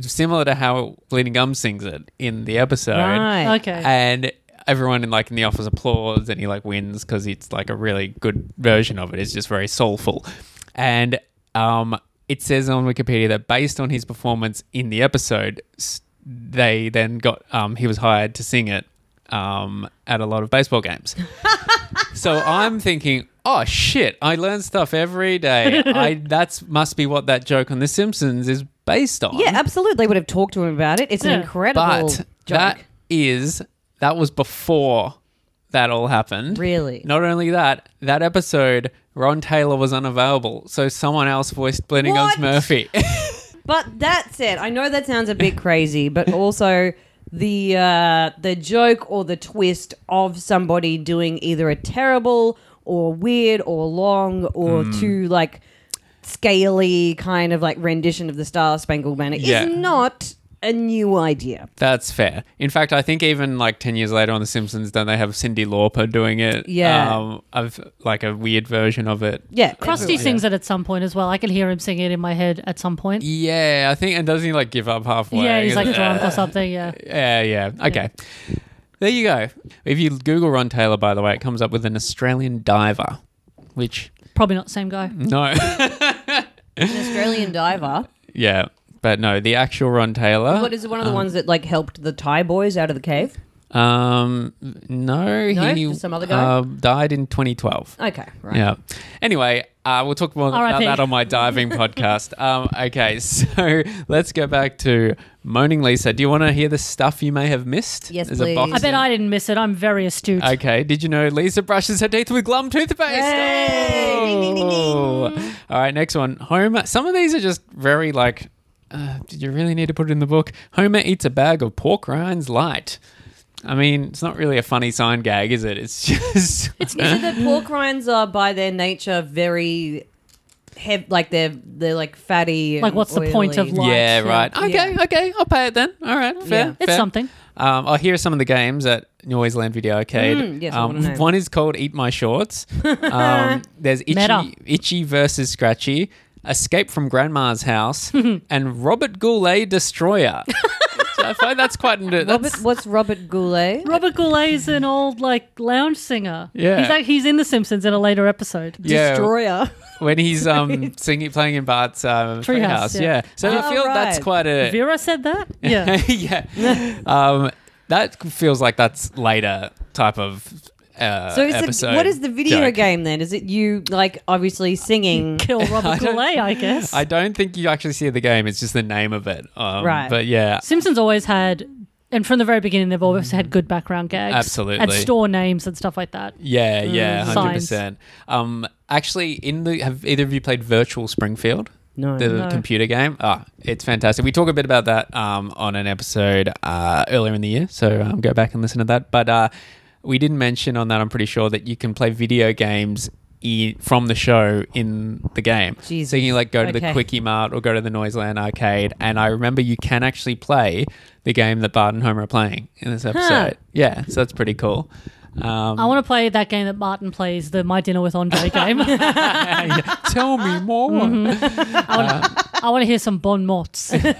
similar to how Bleeding Gum sings it in the episode
Right.
Okay.
and everyone in like in the office applauds and he like wins because it's like a really good version of it it's just very soulful and um it says on wikipedia that based on his performance in the episode s- they then got um he was hired to sing it um at a lot of baseball games so i'm thinking oh shit i learn stuff every day i that's must be what that joke on the simpsons is based on
Yeah, absolutely. They would have talked to him about it. It's
Yeah.
an incredible
but
joke.
that is that was before that all happened.
Really?
Not only that, that episode Ron Taylor was unavailable, so someone else voiced Bleeding Gums
What?
Murphy. [LAUGHS]
But that said, I know that sounds a bit crazy, but also the uh, the joke or the twist of somebody doing either a terrible or weird or long or too like scaly kind of like rendition of the Star Spangled Banner
Yeah.
is not a new idea.
That's fair. In fact, I think even like ten years later on The Simpsons, then they have Cindy Lauper doing it.
Yeah.
um, of like a weird version of it.
Yeah,
Krusty sings it at some point as well. I can hear him singing it in my head at some point.
Yeah, I think, and doesn't he like give up halfway?
Yeah, he's like
Uh,
drunk
[LAUGHS]
or something. Yeah.
Yeah, yeah. Okay. There you go. If you Google Ron Taylor, by the way, it comes up with an Australian diver, which
Probably not the same guy.
[LAUGHS]
no.
an Australian diver.
Yeah, but no, the actual Ron Taylor.
What is it, one of the ones that like helped the Thai boys out of the cave?
Um, no,
No?
he
Just some other guy?
um, died in 2012.
Okay, right.
Yeah. Anyway, uh, we'll talk more about
R.I.P..
that on my
[LAUGHS]
diving podcast. Um, okay, so let's go back to moaning Lisa. Do you want to hear the stuff you may have missed?
Yes,
There's a
please.
box
I bet
in-
I didn't miss it. I'm very
[LAUGHS]
astute.
Okay. Did you know Lisa brushes her teeth with glum toothpaste?
Yay! Ding, ding, ding, ding.
Oh. All right, next one. Homer. Some of these are just very like. Uh, did you really need to put it in the book? Homer eats a bag of pork rinds light. I mean, it's not really a funny sign gag, is it? It's [LAUGHS] just.
It's is it that pork rinds are by their nature very heavy, like they're they're like fatty. and
Like, what's the point of
oily.
life?
yeah, right. Okay,
Yeah.
okay. I'll pay it then. All right, fair.
Yeah.
It's
fair.
something.
Um, I'll hear some of the games at Noiseland Video Arcade.
Mm, yes, I
um,
wanna know.
one is called Eat My
[LAUGHS]
Shorts. Um, there's Itchy,
Meta.
Itchy versus Scratchy, Escape from Grandma's
[LAUGHS]
House, and Robert Goulet Destroyer. so I find that's quite. Into,
Robert,
that's,
what's Robert Goulet?
Robert Goulet is an old like lounge singer.
Yeah.
he's like, he's in The Simpsons in a later episode.
yeah,
Destroyer.
when he's
[LAUGHS]
um singing, playing in Bart's um, treehouse,
Treehouse, yeah.
yeah. So I
Oh,
feel that's
right.
quite [LAUGHS] a
Vera said that. Yeah,
yeah. um, that feels like that's later type of uh,
[LAUGHS] So it's
episode.
a, what is the video
joke.
game then? Is it you like obviously
[LAUGHS]
singing?
[LAUGHS] kill Robert Goulet, I guess.
I don't think you actually see the game. It's just the name of it. Um,
Right.
But yeah,
Simpsons always had, and from the very beginning, they've always had good background gags.
Absolutely.
And store names and stuff like that.
yeah, yeah,
Mm.
hundred
Signs.
percent. Um, actually, in the have either of you played Virtual Springfield?
No.
the
No.
computer game. Ah, it's fantastic. We talk a bit about that um, on an episode uh, earlier in the year, so um, go back and listen to that. But uh, we didn't mention on that. I'm pretty sure that you can play video games. i- From the show in the game, so
Jesus.
you can like go to the
Okay.
Quickie Mart or go to the Noiseland Arcade, and I remember you can actually play the game that Bart and Homer are playing in this episode. Yeah, so that's pretty cool. Um, [LAUGHS]
I want to play that game that Martin plays, the My Dinner with Andre game. [LAUGHS] I
tell me
[LAUGHS]
more.
Mm-hmm. want to hear some bon mots. Boo,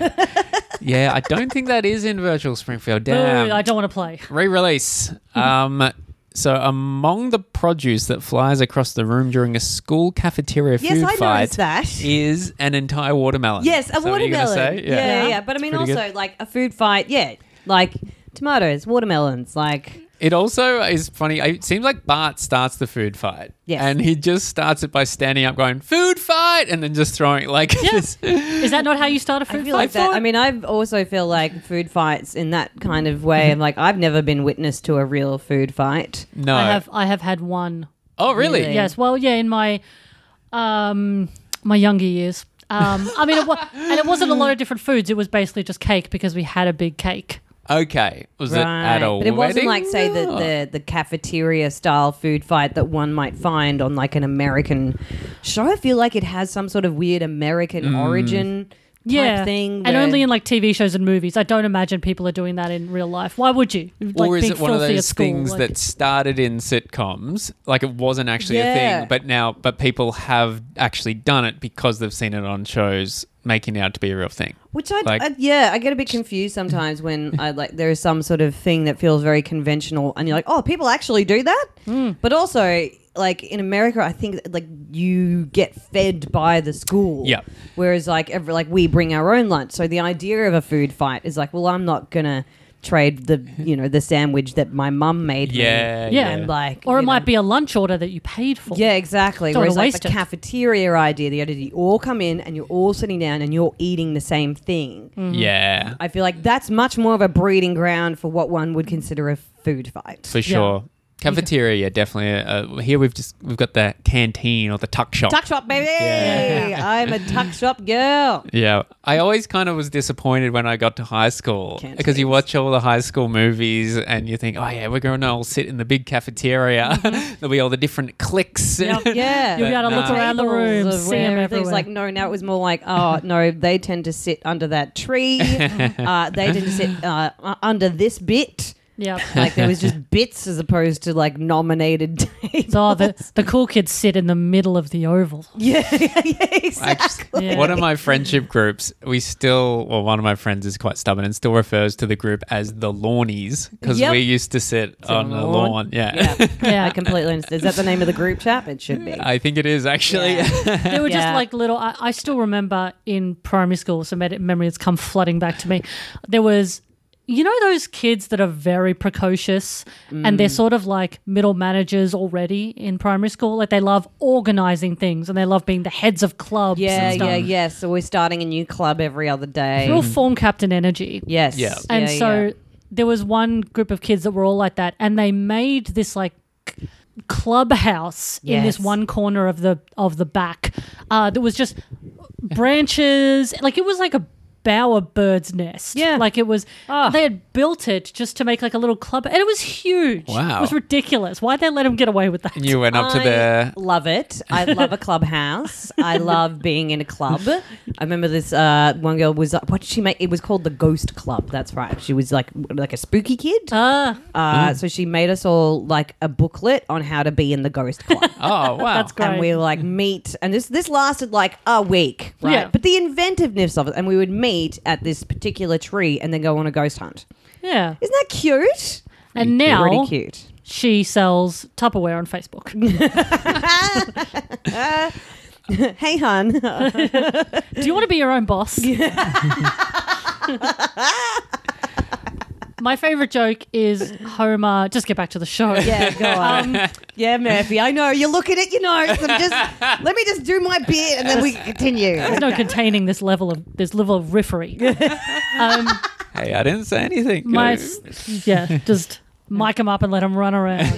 Yeah, I don't think that is in Virtual Springfield. Damn,
I don't want to play.
Re-release. Um, so among the produce that flies across the room during a school cafeteria
Yes,
food
I
fight
noticed that.
is an entire watermelon.
Yes, a
Is that what you're gonna
watermelon.
say?
Yeah. yeah,
Yeah.
yeah. But I mean,
Pretty
also
good.
like a food fight. Yeah, like tomatoes, watermelons, like
It also is funny. It seems like Bart starts the food fight.
Yes.
And he just starts it by standing up, going "food fight," and then just throwing like. this-
Is that not how you start a food
I feel
fight?
like that.
thought-
I mean, I also feel like food fights in that kind of
Mm-hmm.
way. And like, I've never been witness to a real food fight.
[LAUGHS] no.
I have I have had one.
oh, really?
Really?
Yes. Well, yeah, in my um my younger years. Um, I mean, it wa- and it wasn't a lot of different foods. It was basically just cake because we had a big cake.
Okay. Was it at a
but it wasn't
wedding?
like say the,
No.
the the cafeteria style food fight that one might find
Mm.
on like an American show. I feel like it has some sort of weird American origin
yeah,
thing
and
where-
only in like TV shows and movies. I don't imagine people are doing that in real life. Why would you? Like,
or is
being
it one of
filthy at
those
school,
things
like-
that started in sitcoms, like it wasn't actually a
Yeah.
thing, but now, but people have actually done it because they've seen it on shows, making it out to be a real thing.
Which I,
Like-
I- yeah, I get a bit confused
[LAUGHS]
sometimes when I like there is some sort of thing that feels very conventional, and you're like, oh, people actually do that.
Mm.
But also, like in America, I think like you get fed by the school.
Yeah.
Whereas like every, like we bring our own lunch, so the idea of a food fight is like, well, I'm not gonna trade
[LAUGHS]
the you know the sandwich that my mum made. me.
Yeah,
Yeah.
And like,
or
you
it might
know.
be a lunch order that you paid for.
Yeah, exactly.
It's not
Whereas
a
like
waste
the
of-
cafeteria idea, the idea that you all come in and you're all sitting down and you're eating the same thing.
Mm-hmm.
yeah,
I feel like that's much more of a breeding ground for what one would consider a food fight.
for sure. Cafeteria, definitely. Uh, here we've just we've got the canteen or the tuck shop.
Tuck shop, baby!
Yeah.
I'm a tuck shop girl.
Yeah, I always kind of was disappointed when I got to high school
Can't
because you
taste.
watch all the high school movies and you think, oh yeah, we're going to all sit in the big cafeteria. [LAUGHS] There'll be all the different cliques. [LAUGHS]
Mm-hmm. Yep.
Yeah.
You'll be able to look
Nah.
around the room,
Tables of
see
where
them
everything's
everywhere.
like no. Now it was more like oh [LAUGHS] no, they tend to sit under that
[LAUGHS]
tree. uh, they tend to sit uh, u- under this bit.
yeah.
Like there
[LAUGHS]
was just bits as opposed to like nominated [LAUGHS] tables.
So
[LAUGHS]
oh, the, the cool kids sit in the middle of the oval.
yeah, [LAUGHS] yeah, exactly.
I just-
Yeah.
One of my friendship groups, we still, well, one of my friends is quite stubborn and still refers to the group as the lawnies because
Yep.
we used to sit on the lawn. Yeah. [LAUGHS]
Yeah.
I completely understand. Is that the name of the group chat? It should be.
I think it is actually.
They were just
Yeah.
like little. I, I still remember in primary school, so med- memory has come flooding back to me. There was, you know, those kids that are very precocious and they're
Mm.
sort of like middle managers already in primary school. Like they love organizing things and they love being the heads of clubs.
Yeah,
and stuff.
yeah, yeah. So we're starting a new club every other
They're all
day.
form captain energy.
yes.
Yeah.
And
Mm. yeah,
so
yeah.
there was one group of kids that were all like that, and they made this like c- clubhouse in this
Yes.
one corner of the of the back uh, that was just branches, like it was like a bower bird's nest.
Yeah.
like it was.
Ah.
They had built it just to make like a little club, and it was huge.
Wow.
it was ridiculous. Why would they let him get away with that?
And [LAUGHS] you went up to
I
the.
love it. I love a clubhouse. I love being in a club. I remember this uh, one girl was uh, what did she make? It was called the Ghost Club. That's right. She was like like a spooky kid.
Ah,
Mm.
Uh, So she made us all like a booklet on how to be in the Ghost Club. [LAUGHS]
Oh, wow.
That's [LAUGHS] great.
and we like meet and this this lasted like a week right
Yeah.
but the inventiveness of it and we would meet at this particular tree and then go on a ghost hunt
yeah.
isn't that cute
And
pretty
now
cute
she sells Tupperware on Facebook.
[LAUGHS] hey hun
Do you want to be your own boss? [LAUGHS] My favorite joke is Homer. Just get back to the
[LAUGHS]
show. [LAUGHS] Um,
yeah go on yeah murphy i know you look at it you know so I'm [LAUGHS] just let me just do my bit and then we can [LAUGHS] continue
There's no containing this level of this level of
[LAUGHS]
riffery. Um,
hey, I didn't say anything.
my
Go.
yeah, just mic him up and let him run around.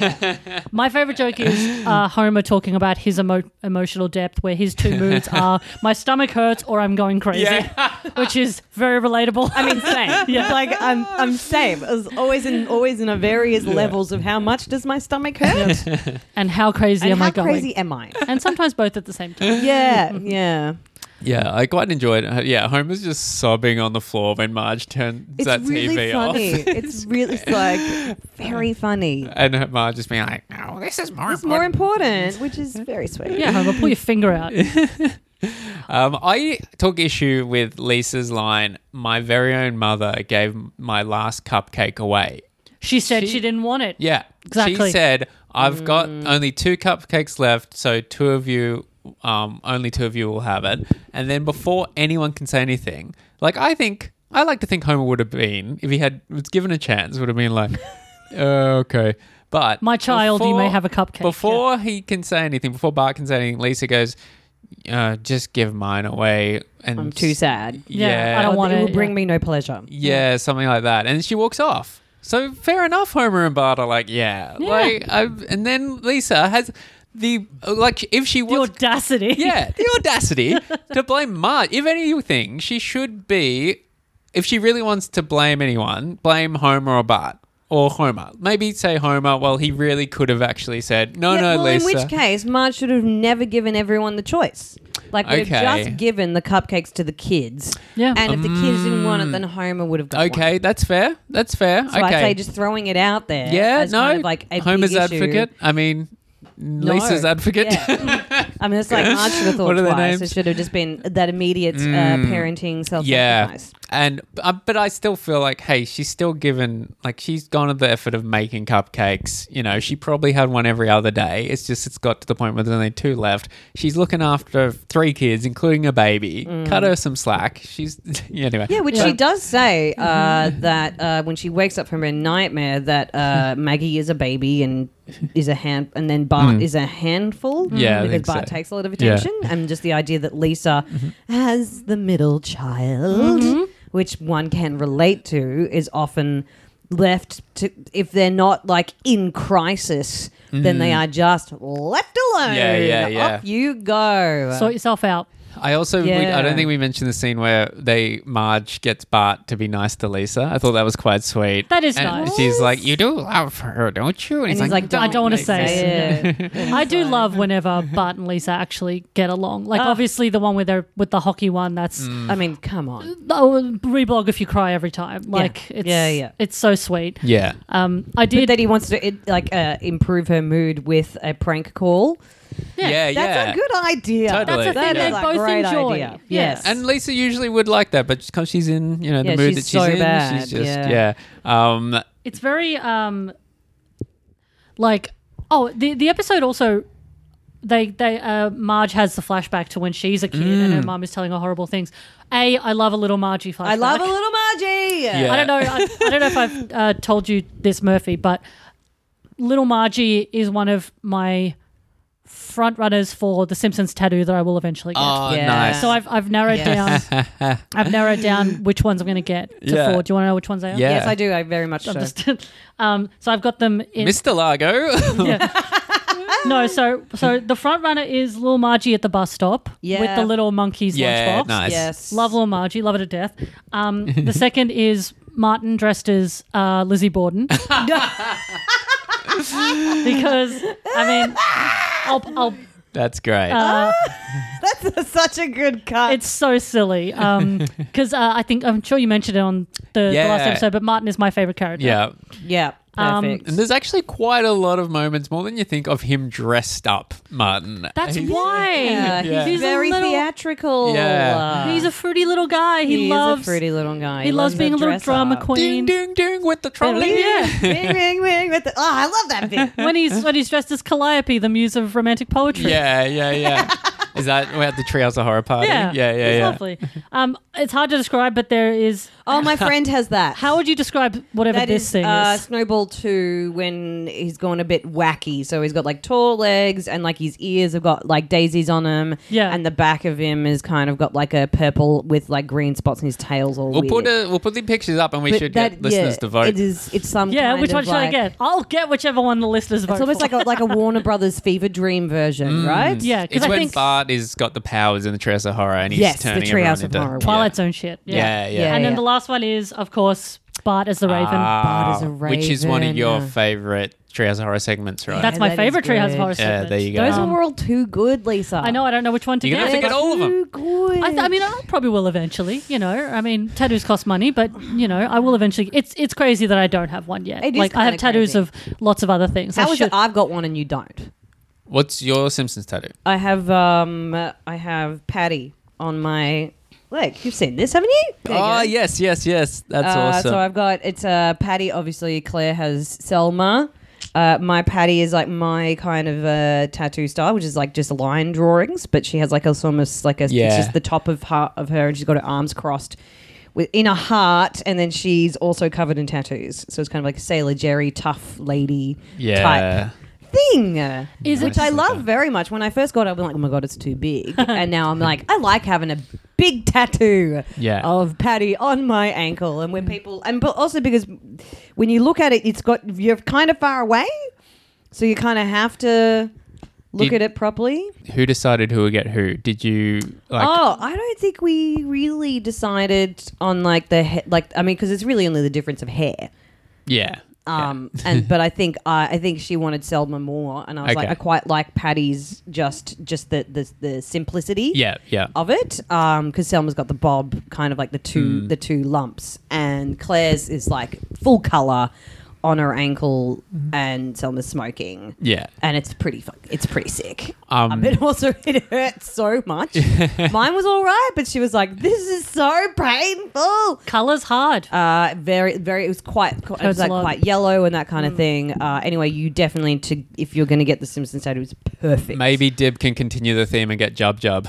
My favorite joke is uh, Homer talking about his emo- emotional depth, where his two moods are my stomach hurts or I'm going crazy,
Yeah.
which is very relatable.
I mean, same.
[LAUGHS] Yeah.
It's like I'm, I'm same. It's always in, always in a various levels of how much does my stomach hurt,
and how crazy
and
am
how
I going?
crazy am [LAUGHS] I?
And sometimes both at the same time.
Yeah, yeah.
Yeah, I quite enjoyed it. Yeah, Homer's just sobbing on the floor when Marge turns
It's
that
really
TV
funny.
off. [LAUGHS]
it's really [LAUGHS] it's like very funny.
And her- Marge just being like, no, this is more
It's more
important.
important, which is very sweet.
Yeah, Homer, pull your finger out.
Um, I took issue with Lisa's line, my very own mother gave my last cupcake away.
She said she,
She-
didn't want it.
Yeah.
Exactly. Mm.
She said, I've got only two cupcakes left, so two of you, um, only two of you will have it. And then before anyone can say anything, like I think, I like to think Homer would have been, if he had was given a chance, would have been like, [LAUGHS] "Uh, okay. But
My child, you may have a cupcake.
Before he can say anything, before Bart can say anything, Lisa goes, uh, just give mine away. And
I'm too sad.
Yeah.
Yeah, I don't
Or
want
it will
it,
bring
yeah.
me no pleasure.
Yeah, something like that. And she walks off. So fair enough, Homer and Bart are like, yeah.
Yeah.
Like, I, and then Lisa has the, like, if she
the
was.
audacity.
yeah, the audacity to blame Marge. If anything, she should be, if she really wants to blame anyone, blame Homer or Bart. Or Homer. Maybe say Homer. Well, he really could have actually said, Oh, no,
Yeah,
no,
well,
Lisa.
in which case, Marge should have never given everyone the choice. Like we've
Okay.
just given the cupcakes to the kids,
Yeah.
and if the kids didn't want it, then Homer would have got one.
Mm. Okay, that's fair. That's fair.
So
okay.
I'd say just throwing it out there.
yeah,
as
no.
kind of like a
Homer's
big issue.
advocate. I mean, Lisa's advocate. [LAUGHS]
Yeah. I mean, it's like I should have
What
thought
are their
twice. It
names? Mm.
should have just been that immediate uh, parenting
yeah.
self-sacrifice.
And uh, but I still feel like, hey, she's still given like she's gone to the effort of making cupcakes. You know, she probably had one every other day. It's just it's got to the point where there's only two left. She's looking after three kids, including a baby.
Mm.
Cut her some slack. She's [LAUGHS] anyway.
Yeah, which
Yeah.
she does say uh, that uh, when she wakes up from her nightmare that uh, Maggie is a baby and is a hand, and then Bart is a handful.
Yeah, I
because
think
Bart
so.
takes a lot of
Yeah.
attention, and just the idea that Lisa, as the middle child, which one can relate to, is often left to if they're not like in crisis then they are just left alone
Yeah, yeah, yeah.
off you go
[LAUGHS] Sort yourself out.
I also, we, I don't
Yeah.
think we mentioned the scene where they Marge gets Bart to be nice to Lisa. I thought that was quite sweet.
That is
and
nice.
She's like, "You do love her, don't you?" And,
he's like,
I don't wanna
make
say
me
it."
yeah.
[LAUGHS] I do love whenever Bart and Lisa actually get along.
Ah.
Like obviously the one where they're with the hockey one. That's
Mm.
i mean come on
oh, reblog if you cry every time. Like it's
Yeah, yeah.
it's so sweet.
Yeah.
Um, I
But
did.
that he wants to it, like uh, improve her mood with a prank call.
Yeah,
Uh,
yeah.
That's a good idea.
Totally.
that's a
That
thing
is
they
a
both
great
enjoy.
idea. Yes.
And Lisa usually would like that, but because she's in, you know, the
Yeah,
mood
she's
that she's
so
in,
bad,
she's just yeah.
yeah.
Um,
it's very um like oh the the episode also they they uh marge has the flashback to when she's a kid and
Mm.
her mum is telling her horrible things a i love a little margie flashback
I love a little Margie.
Yeah.
i don't know I, I don't know if i've uh, told you this murphy but little margie is one of my front runners for the simpsons tattoo that i will eventually get
oh,
Yeah.
nice.
so I've, I've narrowed
Yes.
down I've narrowed down which ones I'm going to get to
Yeah.
four. Do you want to know which ones they are?
Yeah.
Yes, I do. I very much so.
I'm just, [LAUGHS] um, so I've got them in
Mr. Largo. [LAUGHS]
No, so
Ah!
so the front runner is Lil Margie at the bus stop with
Yeah.
the little monkey's
yeah,
lunchbox.
nice.
yes.
Love Lil Margie, love her to death. Um, the second is Martin dressed as uh,
[LAUGHS]
Lizzie Borden. [LAUGHS] because I mean I'll, I'll,
That's great.
Ah!
uh,
[LAUGHS] That's such a good cut.
it's so
[LAUGHS]
silly because uh, I think I'm sure you mentioned it on the, the last
Yeah.
episode, but Martin is my favorite character.
yeah.
yeah.
Um,
Perfect.
And there's actually quite a lot of moments, more than you think, of him dressed up, Martin.
[LAUGHS]
that's
He's-
why
yeah,
Yeah.
Uh, He's
He's a
very
little-
theatrical.
Yeah.
Uh,
he's a fruity little guy. He,
he is
loves
a fruity little guy.
he, loves being a little
dress
drama
up.
Ding,
queen.
ding, ding with the trolley.
Yeah. ring, ring, ring with the. Oh, I love that
[LAUGHS]
bit.
when he's when he's dressed as Calliope, the muse of romantic poetry.
Yeah, yeah,
[LAUGHS]
yeah. Is that we're at the Treehouse of Horror party?
yeah,
yeah, yeah.
It's
yeah.
lovely. Um, it's hard to describe, but there is.
Oh, my friend has that.
How would you describe whatever
That
this
is,
thing
uh,
is?
Snowball 2 when he's gone a bit wacky. So he's got like tall legs and like his ears have got like daisies on them.
Yeah.
And the back of him is kind of got like a purple with like green spots and his tail's all
We'll
weird.
put a, we'll put the pictures up, and we
But
should
that-
get listeners
yeah,
to vote.
It is, it's some
Yeah,
kind
which
of,
one should I
like-
get? I'll get whichever one the listeners vote
It's almost
for.
like a, like a Warner Brothers Fever Dream version,
Mm.
right?
yeah, because
It's
I
when
think
Bart is got the powers in the Treehouse of Horror, and he's
Yes, the
turning
Treehouse
everyone
of
into
Horror.
Twilight Zone shit.
Yeah, yeah.
Yeah.
And then the last one is, of course, Bart as the Raven.
Ah,
Bart is a
Which is one of
raven,
your
yeah.
favorite Treehouse of Horror segments, right?
That's
Yeah,
my
that is
favorite Treehouse
good.
of Horror.
Yeah,
segment.
there you go.
Those
Um,
were all too good, Lisa.
I know. I don't know which one to
You're gonna
get.
have to get
but-
all of them.
Too good.
I, th- I mean, I probably will eventually. You know, I mean, tattoos cost money, but you know, I will eventually. It's it's crazy that I don't have one yet.
It is
like I have
kinda
tattoos
crazy.
of lots of other things. I
How is
should-
it I've got one and you don't?
What's your Simpsons tattoo?
I have um I have Patty on my leg. You've seen this, haven't you? There you
oh,
go.
yes, yes, yes. That's
uh,
awesome.
So I've got it's uh, Patty. Obviously, Claire has Selma. Uh, my Patty is like my kind of uh, tattoo style, which is like just line drawings. But she has like a, almost like a
Yeah.
it's just the top of her of her, and she's got her arms crossed. With, in a heart, and then she's also covered in tattoos, so it's kind of like Sailor Jerry, tough lady
yeah.
type thing. Is
it
which I
just-
love very much. When I first got it, I was like, oh my god, it's too
[LAUGHS]
big. and now I'm like, I like having a big tattoo
Yeah.
of Patty on my ankle. And when people, and but also because when you look at it, it's got, you're kind of far away. So you kind of have to look
Did-
at it properly.
Who decided who would get who? Did you like?
oh, I don't think we really decided on like the, he- like, I mean, because it's really only the difference of hair.
Yeah.
Um, and but I think I I think she wanted Selma more, and I was like,
Okay.
I quite like Patty's just just the the, the simplicity
Yeah, yeah.
of it because Selma's got the bob, kind of like the
Mm.
two the two lumps, and Claire's is like full color on her ankle, and Selma's smoking.
Yeah.
And it's pretty, fuck- it's pretty sick.
Um,
Um, [LAUGHS] but also, it hurts so
[LAUGHS]
much. Mine was all right, but she was like, "This is so painful."
Color's hard.
Uh, very, very. It was quite. quite it was
Hurts a
like
lot.
quite yellow and that kind
Mm.
of thing. Uh, anyway, you definitely to if you're going to get the Simpsons tattoo, it's perfect.
Maybe Dib can continue the theme and get Jub Jub.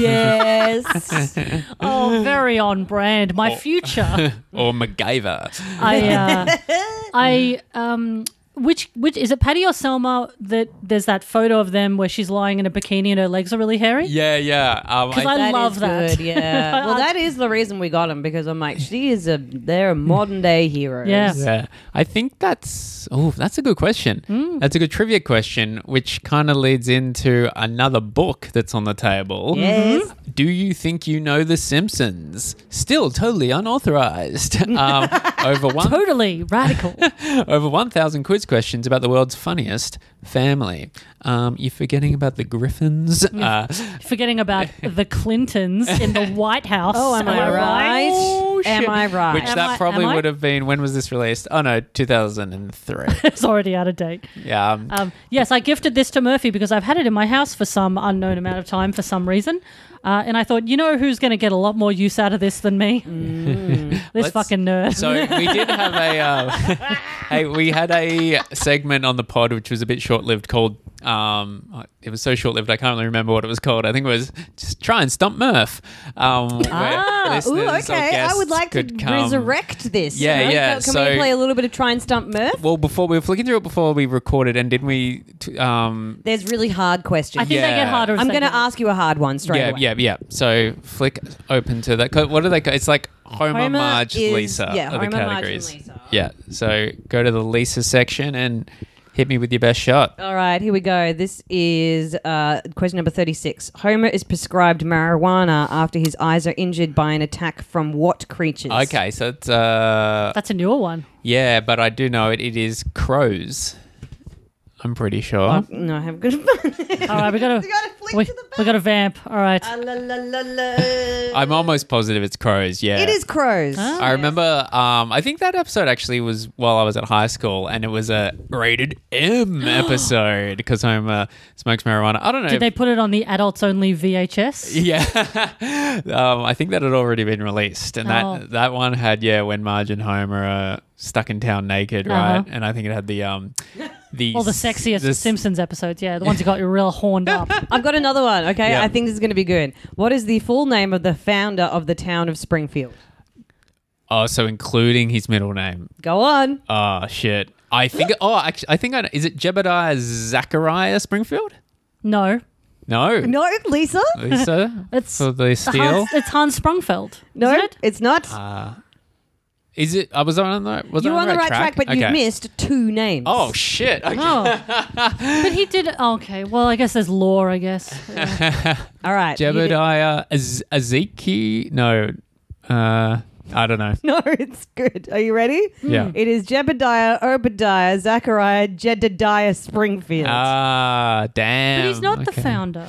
Yes.
[LAUGHS]
oh, very on brand. My
Oh.
[LAUGHS] future.
or MacGyver.
[LAUGHS] I, uh, I, um, which, which is it? Patty or Selma? That there's that photo of them where she's lying in a bikini and her legs are really hairy.
Yeah, yeah. Um,
'Cause I-
I,
love
is
that.
Good,
[LAUGHS]
yeah. well, that is the reason we got him because I'm like, she is a. They're
[LAUGHS]
a modern day hero.
Yeah.
yeah, I think that's oh, that's a good question. That's a good trivia question, which kind of leads into another book that's on the table.
Mm-hmm.
Yes.
Do you think you know The Simpsons? Still totally unauthorized. [LAUGHS] Um, over
[LAUGHS]
one
Totally radical. [LAUGHS]
over 1,000 quiz questions about the world's funniest family. Um, you're forgetting about the Griffins. Uh,
Forgetting about the Clintons in [LAUGHS] the White House.
Oh, am, I, right? Oh, Am I right?
Which
Am
that
I-
probably
am I?
would have been, when was this released? Oh no,
[LAUGHS]
2003.
[LAUGHS] It's already out of date.
yeah.
Uh,
um,
Um, yes, I gifted this to Murphy because I've had it in my house for some unknown amount of time for some reason. Uh, and I thought, you know who's going to get a lot more use out of this than me? [LAUGHS] this
Let's-
fucking nerd. [LAUGHS]
so we did have a, uh, [LAUGHS] hey, we had a segment on the pod which was a bit short-lived called, um, it was so short-lived I can't really remember what it was called. I think it was just try and stump Murph. Um, where
Ah,
listeners
ooh,
or
okay. I
guests
would like to
could come-
resurrect this.
Yeah,
Can we-
yeah,
Can
so-
we play a little bit of Try and Stump Murph?
Well, before we were flicking through it before we recorded, and didn't we? T- um,
There's really hard
I
questions.
think they
Yeah.
get harder. as
I'm
they
going to
go.
ask you a hard one straight
yeah,
away.
yeah, yeah. So flick open to that. co- What do they? co- It's like Homer,
Homer
Marge,
is-
Lisa.
yeah,
are
Homer,
the
Marge, and
categories.
Lisa.
Yeah. So go to the Lisa section and hit me with your best shot.
All right, here we go. This is uh, question number 36. Homer is prescribed marijuana after his eyes are injured by an attack from what creatures?
Okay, so it's uh,
That's a
[LAUGHS]
newer one.
yeah, but I do know it. It is crows. I'm pretty sure.
No, I have good [LAUGHS] fun.
All right, we got to
gotta flick
we,
to the
we got to vamp. All right.
Ah, la, la, la, la.
I'm almost positive it's crows. Yeah.
It is crows.
I remember. Um, I think that episode actually was while I was at high school, and it was a rated
[GASPS]
M episode because Homer smokes marijuana. I don't know.
Did they
if-
put it on the adults only
[LAUGHS]
VHS?
yeah, um, I think that had already been released, and
Oh.
that that one had yeah when Marge and Homer are stuck in town naked,
Uh-huh.
right? And I think it had the um the
All the sexiest
the s-
Simpsons episodes. Yeah, the ones that got you real
[LAUGHS]
horned up.
I've got another one, okay?
Yeah.
I think this is going to be good. What is the full name of the founder of the town of Springfield?
Oh, so including his middle name.
Go on.
Oh shit. I think. Oh, actually, I think I know. is it Jebediah Zachariah Springfield?
No,
No.
No, Uh-huh. Lisa?
Uh, Lisa
it's
for the steel.
Hans, it's Hans Sprungfeld.
No,
isn't it?
it's not.
Uh, Is it? I was on the. Was
You're
I
on the right track, but
Okay.
you've missed two names.
Oh shit! Okay.
Oh, but he did. oh, okay, well, I guess there's lore. I guess.
All right. you did-
Jebediah Ez- Ezeki. No, uh, I don't know.
[LAUGHS] No, it's good. Are you ready? Hmm.
Yeah.
It is Jebediah, Obadiah, Zechariah, Jedediah Springfield.
Ah, damn.
But he's not the
Okay.
founder.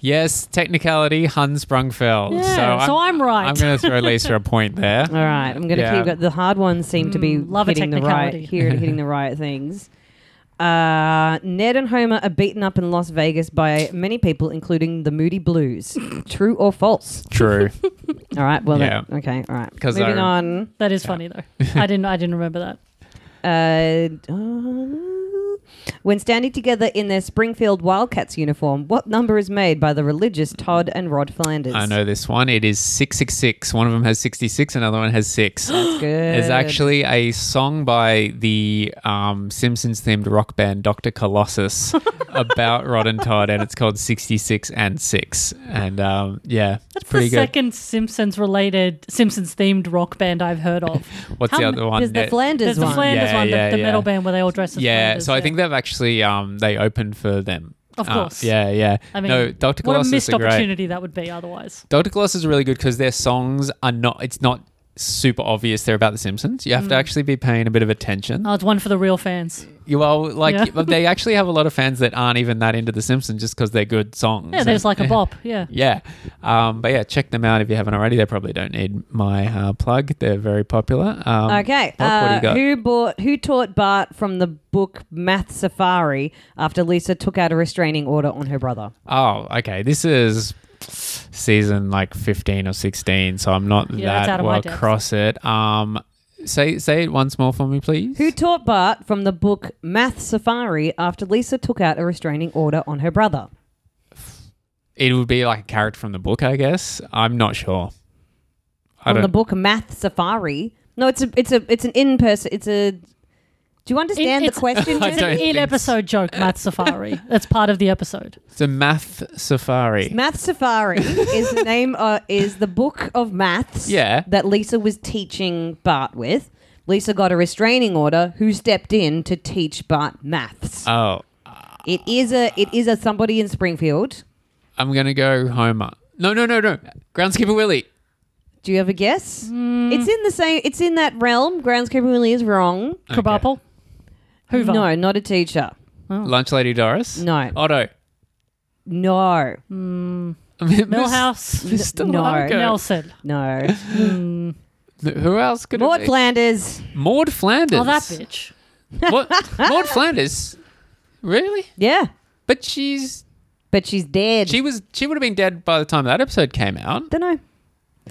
Yes, technicality, Hans Sprungfeld.
Yeah,
so, I'm,
so I'm right.
I'm going to throw Lisa a point there.
[LAUGHS]
All right, I'm going to
Yeah.
keep it. The hard ones seem to be
Mm, love a
hitting the right
[LAUGHS]
technicality.
here, hitting the right things. Uh, Ned and Homer are beaten up in Las Vegas by many people, including the
[LAUGHS]
Moody Blues. True or false?
True.
All right. Well,
Yeah.
that- okay. All right.
'Cause
Moving
I-
on.
That is
[LAUGHS]
funny though. I didn't. I didn't remember that.
Uh, uh, when standing together in their Springfield Wildcats uniform, what number is made by the religious Todd and Rod Flanders?
I know this one. It is 666. One of them has 66, another one has
[GASPS]
6.
That's good.
There's actually a song by the um, Simpsons themed rock band Dr.
[LAUGHS]
Colossus about Rod and Todd, and it's called 66 and 6. And um, yeah,
That's
it's pretty
the
good.
second Simpsons related, Simpsons themed rock band I've
[LAUGHS]
heard of.
What's
How
the
ma-
other one?
There's the
Net-
Flanders
There's the
one.
Flanders
Yeah,
one, the,
yeah,
the
yeah.
metal band where they all dress as
yeah,
Flanders,
so I think they've actually um, they opened for them.
Of
Uh,
course.
yeah, yeah.
I mean,
no, Dr.
what a
Colossus
missed
are great.
opportunity that would be otherwise.
Dr. Colossus is really good because their songs are not. It's not super obvious they're about The Simpsons. You have to actually be paying a bit of attention.
Mm. Oh, it's one for the real fans.
You all like
Yeah.
they actually have a lot of fans that aren't even that into The Simpsons just because they're good songs.
Yeah, there's like a bop. Yeah.
[LAUGHS] Yeah, um, but yeah, check them out if you haven't already. They probably don't need my uh, plug. They're very popular. Um,
Okay.
Bob, what do you
uh,
got?
who bought? Who taught Bart from the book Math Safari after Lisa took out a restraining order on her brother?
Oh, okay. This is season like fifteen or sixteen, so I'm not
Yeah, that's out
that
of my
well
depth.
across it. Um, say say it once more for me, please.
Who taught Bart from the book Math Safari after Lisa took out a restraining order on her brother?
it would be like a character from the book, I guess. I'm not sure. I
on
don't.
the book Math Safari. No, it's a it's a it's an in person. It's a. Do you understand
it's-
the question?
[LAUGHS] I
Jen?
It's an
don't think
in episode joke,
[LAUGHS]
Matt Safari. That's part of the episode.
it's a math safari.
[LAUGHS] Math Safari is the name uh, is the book of maths
Yeah.
that Lisa was teaching Bart with. Lisa got a restraining order. Who stepped in to teach Bart maths?
oh,
it is a it is a somebody in Springfield.
I'm gonna go Homer. No, no, no, no. Groundskeeper Willie.
Do you have a guess? It's in the same. It's in that realm. Groundskeeper Willie is wrong.
Okay.
Krabappel? Hoover?
No, not a teacher.
Oh.
Lunch Lady Doris.
No.
Otto. [LAUGHS]
No,
Millhouse?
Mr.
No.
Largo.
Nelson?
no.
[LAUGHS] Who else could it
Maud
be?
Flanders.
Maud Flanders.
Oh, that bitch.
What?
[LAUGHS]
Maud Flanders. Really?
Yeah,
But she's
but she's dead.
she was she would have been dead by the time that episode came out.
don't know.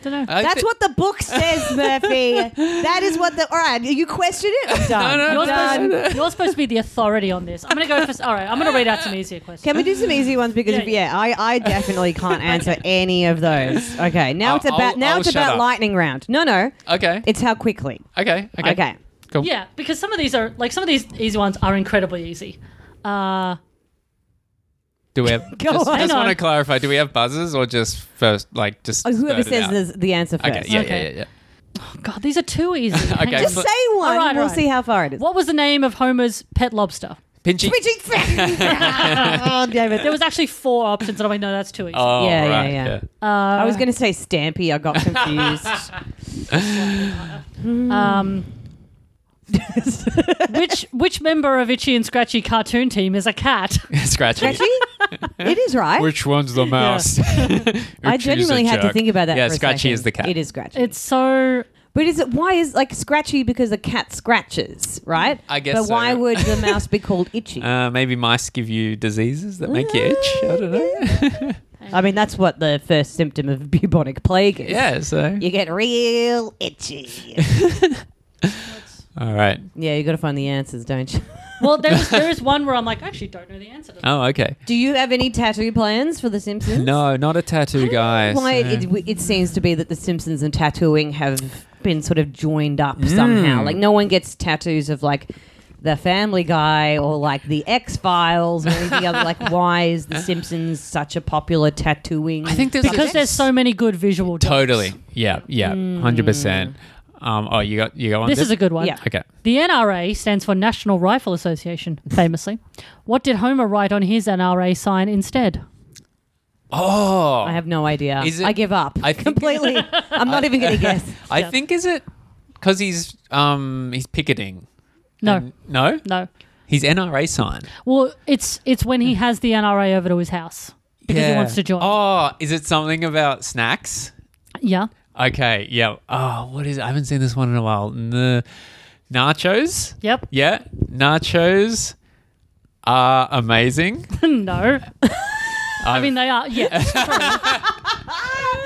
Don't know.
I
That's
thi-
what the
[LAUGHS]
book says, Murphy. that is what the. All right, you question it. I'm done.
[LAUGHS] No, no,
I'm
You're
done.
supposed, you're supposed to be the authority on this. I'm going to go for. All right, I'm going to read out some easier questions.
Can we do some easy ones because
Yeah,
yeah, I, I
[LAUGHS]
definitely can't answer any of those. Okay, now it's
I'll-
about now
I'll
it's
shut
about
up.
lightning round. No, no,
Okay.
it's how quickly.
okay. Okay.
Okay,
Cool.
Yeah, because some of these are like some of these easy ones are incredibly easy. Uh,
Do we have?
[LAUGHS] Go
just just
on.
want
Hang
to
on.
clarify. Do we have buzzers or just first like just
Oh, whoever
spurt it
says
out?
this, the answer first.
Okay. Yeah.
Okay.
Yeah. Yeah.
oh God, these are too
[LAUGHS]
easy. Hang
Okay.
on.
Just
But-
say one.
All right,
and we'll
all right.
see how far it is.
What was the name of Homer's pet lobster?
yeah. Pinchy.
Richie-
[LAUGHS]
oh, damn it.
There was actually four options, and I'm like, no, that's too easy. Uh,
Oh,
Yeah, yeah,
right,
yeah. I was going to say Stampy.
[LAUGHS]
I got confused.
Um,
[LAUGHS]
which which member of Itchy and Scratchy cartoon team is a cat?
[LAUGHS] Scratchy.
Actually, it is right.
Which one's
[LAUGHS]
the mouse? [LAUGHS]
I genuinely had to think about that.
Yeah,
for a
Scratchy is
second.
the cat.
It is Scratchy.
It's so
but is it why is like Scratchy because a cat scratches, right?
I guess
But
so.
why would the mouse be called Itchy?
Uh, maybe mice give you diseases that make you itch. I don't know.
I mean, that's what the first symptom of [LAUGHS] bubonic plague
[LAUGHS]
is.
yeah. So.
You get real itchy.
All right.
yeah, you got to find the answers, don't you?
well. There is there is one where I'm like, I actually don't know the answer to
Um,
that.
Oh, okay.
Do you have any tattoo plans for The Simpsons?
No, not a tattoo guy.
Why
so-
it, it, it seems to be that The Simpsons and tattooing have been sort of joined up
Hmm.
somehow. Like, no one gets tattoos of like the Family Guy or like the X Files or anything
[LAUGHS]
other. Like, why is The Simpsons such a popular tattooing?
I think there's
because there's so many good visual. jokes.
Totally. Yeah. Yeah. Hundred percent. Um. Oh, you got you got one.
This is a good one.
Yeah.
Okay.
The NRA stands for National Rifle Association, famously. what did Homer write on his NRA sign instead?
Oh,
I
I,
have no idea.
Is it-
I give up
I think-
completely.
[LAUGHS]
I'm not even going to guess.
think is it because he's um he's picketing.
No,
And- no,
no.
he's NRA sign
Well, it's it's when
Hmm.
he has the NRA over to his house because he wants to join.
Oh, is it something about snacks?
Yeah.
Okay, yeah. Oh, what is? It? I haven't seen this one in a while. N- nachos.
Yep.
Yeah, nachos are amazing.
no. [LAUGHS] I
I've-
mean, they are. Yeah.
[LAUGHS]
it's true.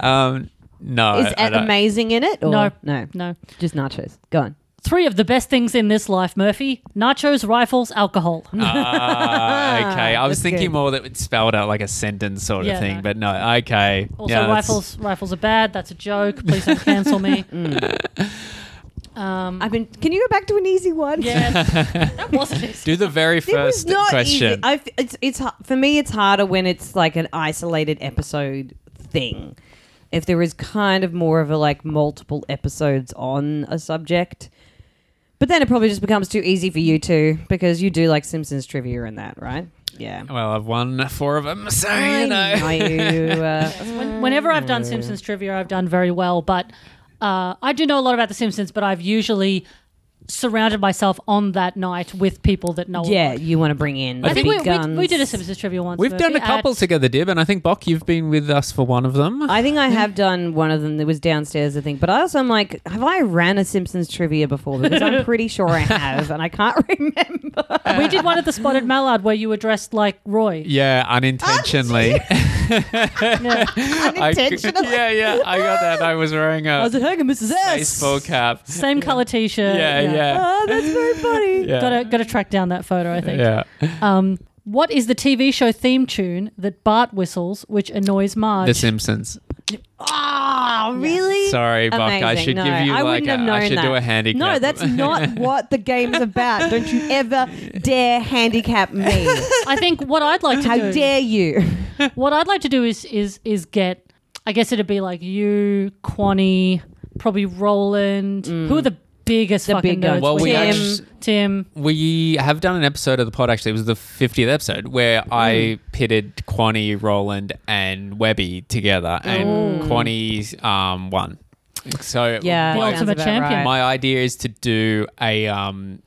um, no,
Is
[LAUGHS] I
it
don't-
amazing in it? Or?
No.
no,
no.
just nachos. Go on.
Three of the best things in this life, Murphy: nachos, rifles, alcohol.
Ah, okay, I was
That's
thinking
good.
more that it spelled out like a sentence sort of
Yeah,
thing,
no.
but no. Okay.
[LAUGHS] Also,
Yeah, that's-
rifles. Rifles are bad. That's a joke. Please don't
[LAUGHS]
cancel me. um,
I've been. Can you go back to an easy one?
yeah, that wasn't
[LAUGHS]
easy.
Do the very
It was
first
not
question.
easy. I f it's it's har- for me. It's harder when it's like an isolated episode thing. If there is kind of more of a like multiple episodes on a subject, but then it probably just becomes too easy for you two because you do like Simpsons trivia and that, right? Yeah.
Well, I've won four of them, [LAUGHS] so you know.
Are you,
[LAUGHS]
uh,
When, whenever I've done Simpsons trivia, I've done very well. But uh, I do know a lot about The Simpsons, but I've usually surrounded myself on that night with people that know. a
yeah,
lot.
you want to bring in.
I think we,
big
we,
guns.
we did a Simpsons trivia once.
We've done a
Murphy,
couple
at-
together, Dib, and I think Bok, you've been with us for one of them.
I think I have done one of them that was downstairs, I think. But I also am like, have I ran a Simpsons trivia before? Because
[LAUGHS]
I'm pretty sure I have, and I can't [LAUGHS] remember.
we did one at
[LAUGHS]
the Spotted Mallard where you were dressed like Roy.
yeah, unintentionally. [LAUGHS] I-
Unintentionally.
yeah, yeah, I got that. I was wearing a
was it Hogan, Mrs. S?
baseball cap.
Same color T-shirt.
Yeah, yeah.
Oh, that's very funny.
Yeah.
Gotta gotta track down that photo. I think.
yeah.
Um, what is the TV show theme tune that Bart whistles, which annoys Marge?
The Simpsons.
Oh, really?
Sorry, Buck. I
Amazing.
should
No,
give you
I
like
wouldn't
a,
have known
I should
that.
do a handicap. [LAUGHS]
No, that's not what the game's about. Don't you ever dare handicap
[LAUGHS]
me.
I think what I'd like to
How
do,
dare you?
what I'd like to do is is is get. I guess it'd be like you, Quanny, probably Roland. Who are the biggest
The
fucking
big guns.
nerds?
Well, we
Tim,
actu-
Tim.
We have done an episode of the pod, actually. It was the 50th episode
Mm.
where I pitted Quanny, Roland, and Webby together, and Quanny um, won. So,
Yeah,
The
my,
sounds
ultimate
about
champion.
right.
my idea is to do a. Um,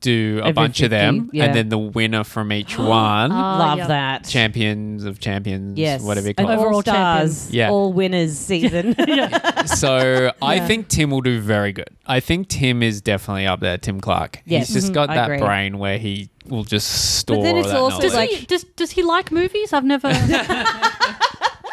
do a
Every
bunch of them
50, yeah.
and then the winner from each
[GASPS]
one
Ah,
Love
yeah.
that.
champions of champions
Yes.
whatever you
An
call it
Overall
all stars,
champion.
Yeah.
all
[LAUGHS]
winners season. [LAUGHS]
so I
Yeah.
think Tim will do very good. I think Tim is definitely up there. Tim Clark.
Yes.
He's just
Mhm.
got
I
that
agree.
brain where he will just store.
But then it's
all that
also
knowledge.
Does
like-
he does, does he like movies? I've [LAUGHS] never. I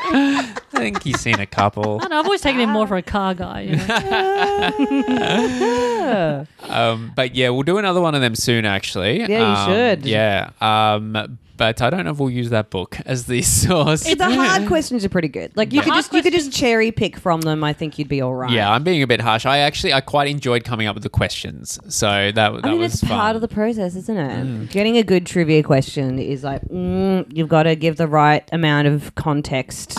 I think he's seen a
[LAUGHS]
couple.
don't know, I've always taken him more for a car guy. You
[LAUGHS]
know?
[LAUGHS]
Um, but yeah, we'll do another one of them soon. Actually,
you
Um,
should.
Yeah, um, but I don't know if we'll use that book as the [LAUGHS] source.
the hard questions are pretty good. Like you could
hard
just you could just
questions-
cherry pick from them. I think you'd be all right.
yeah, I'm being a bit harsh. I actually I quite enjoyed coming up with the questions, so that that
I mean,
was
it's
fun. Mm.
part of the process, isn't it? Getting a good trivia question is like mm, you've got to give the right amount
[LAUGHS]
of context,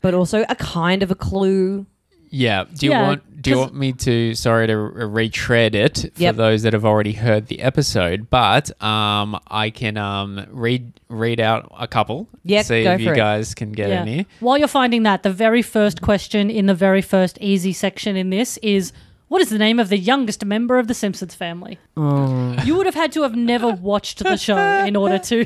but also a kind of a clue.
Yeah. Do you
Yeah,
want do you
'cause-
want me to sorry to re- retread it for
Yep.
those that have already heard the episode, but um I can um read read out a couple.
Yeah,
see
go
if you
for it.
guys can get
Yeah.
any.
While you're finding that, the very first question in the very first easy section in this is what is the name of the youngest member of the Simpsons family? You would have had to have never watched the show in
[LAUGHS]
order to.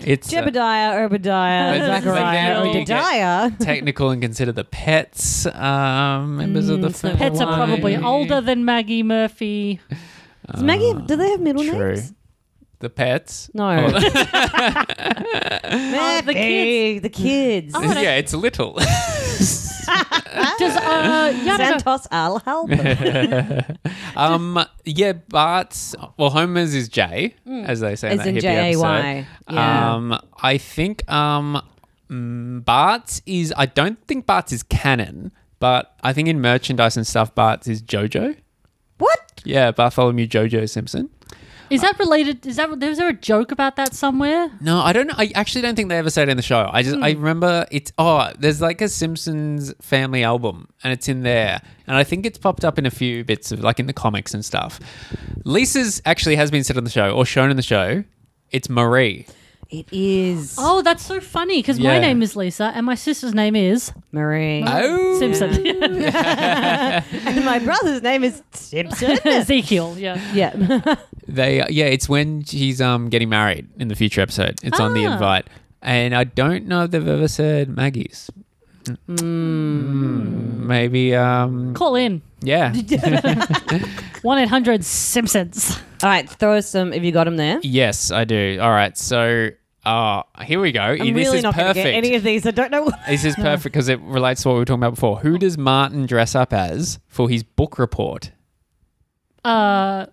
It's uh,
Jebediah, Obadiah,
But- but
Zachariah,
then you get-
Obadiah.
[LAUGHS]
technical and consider the pets um members of the family.
Mm, Pets are probably older than Maggie Murphy.
Does Maggie, do they have middle
True.
names?
The pets.
No. [LAUGHS] Maggie,
the kids.
the kids.
Oh,
[LAUGHS] yeah, it's little.
Does uh, yeah, I don't know.
Santos
[LAUGHS]
Al Halpern.
um yeah, Bart's well Homer's is J, as they say in
Mm. As
that
in
hippie
J A Y.
episode.
Yeah.
Um, I think um, mm, Bart's is. I don't think Bart's is canon, but I think in merchandise and stuff, Bart's is JoJo.
what?
Yeah, Bartholomew JoJo Simpson.
is that related? Is that was there a joke about that somewhere?
No, I don't. I actually don't think they ever said it in the show. I just I remember it's oh, there's like a Simpsons family album, and it's in there, and I think it's popped up in a few bits of like in the comics and stuff. Lisa's actually has been said on the show or shown in the show. It's Marie.
It is
Oh, that's so funny because
Yeah.
my name is Lisa and my sister's name is
Marie.
Oh,
[LAUGHS] Simpson.
and my brother's name is Simpson.
Ezekiel. Yeah.
[LAUGHS] yeah.
[LAUGHS] They yeah, it's when she's um getting married in the future episode. It's on the
Ah.
invite, and I don't know if they've ever said Maggie's. Mm. Maybe um
Call in
yeah
one eight hundred Simpsons.
All right, throw us some. Have you got them there?
yes I do. All right, so uh here we go.
I'm
this
really
is
not going to
perfect.
get any of these. I don't know. What. [LAUGHS]
this is perfect because it relates to what we were talking about before. Who does Martin dress up as for his book report?
Uh,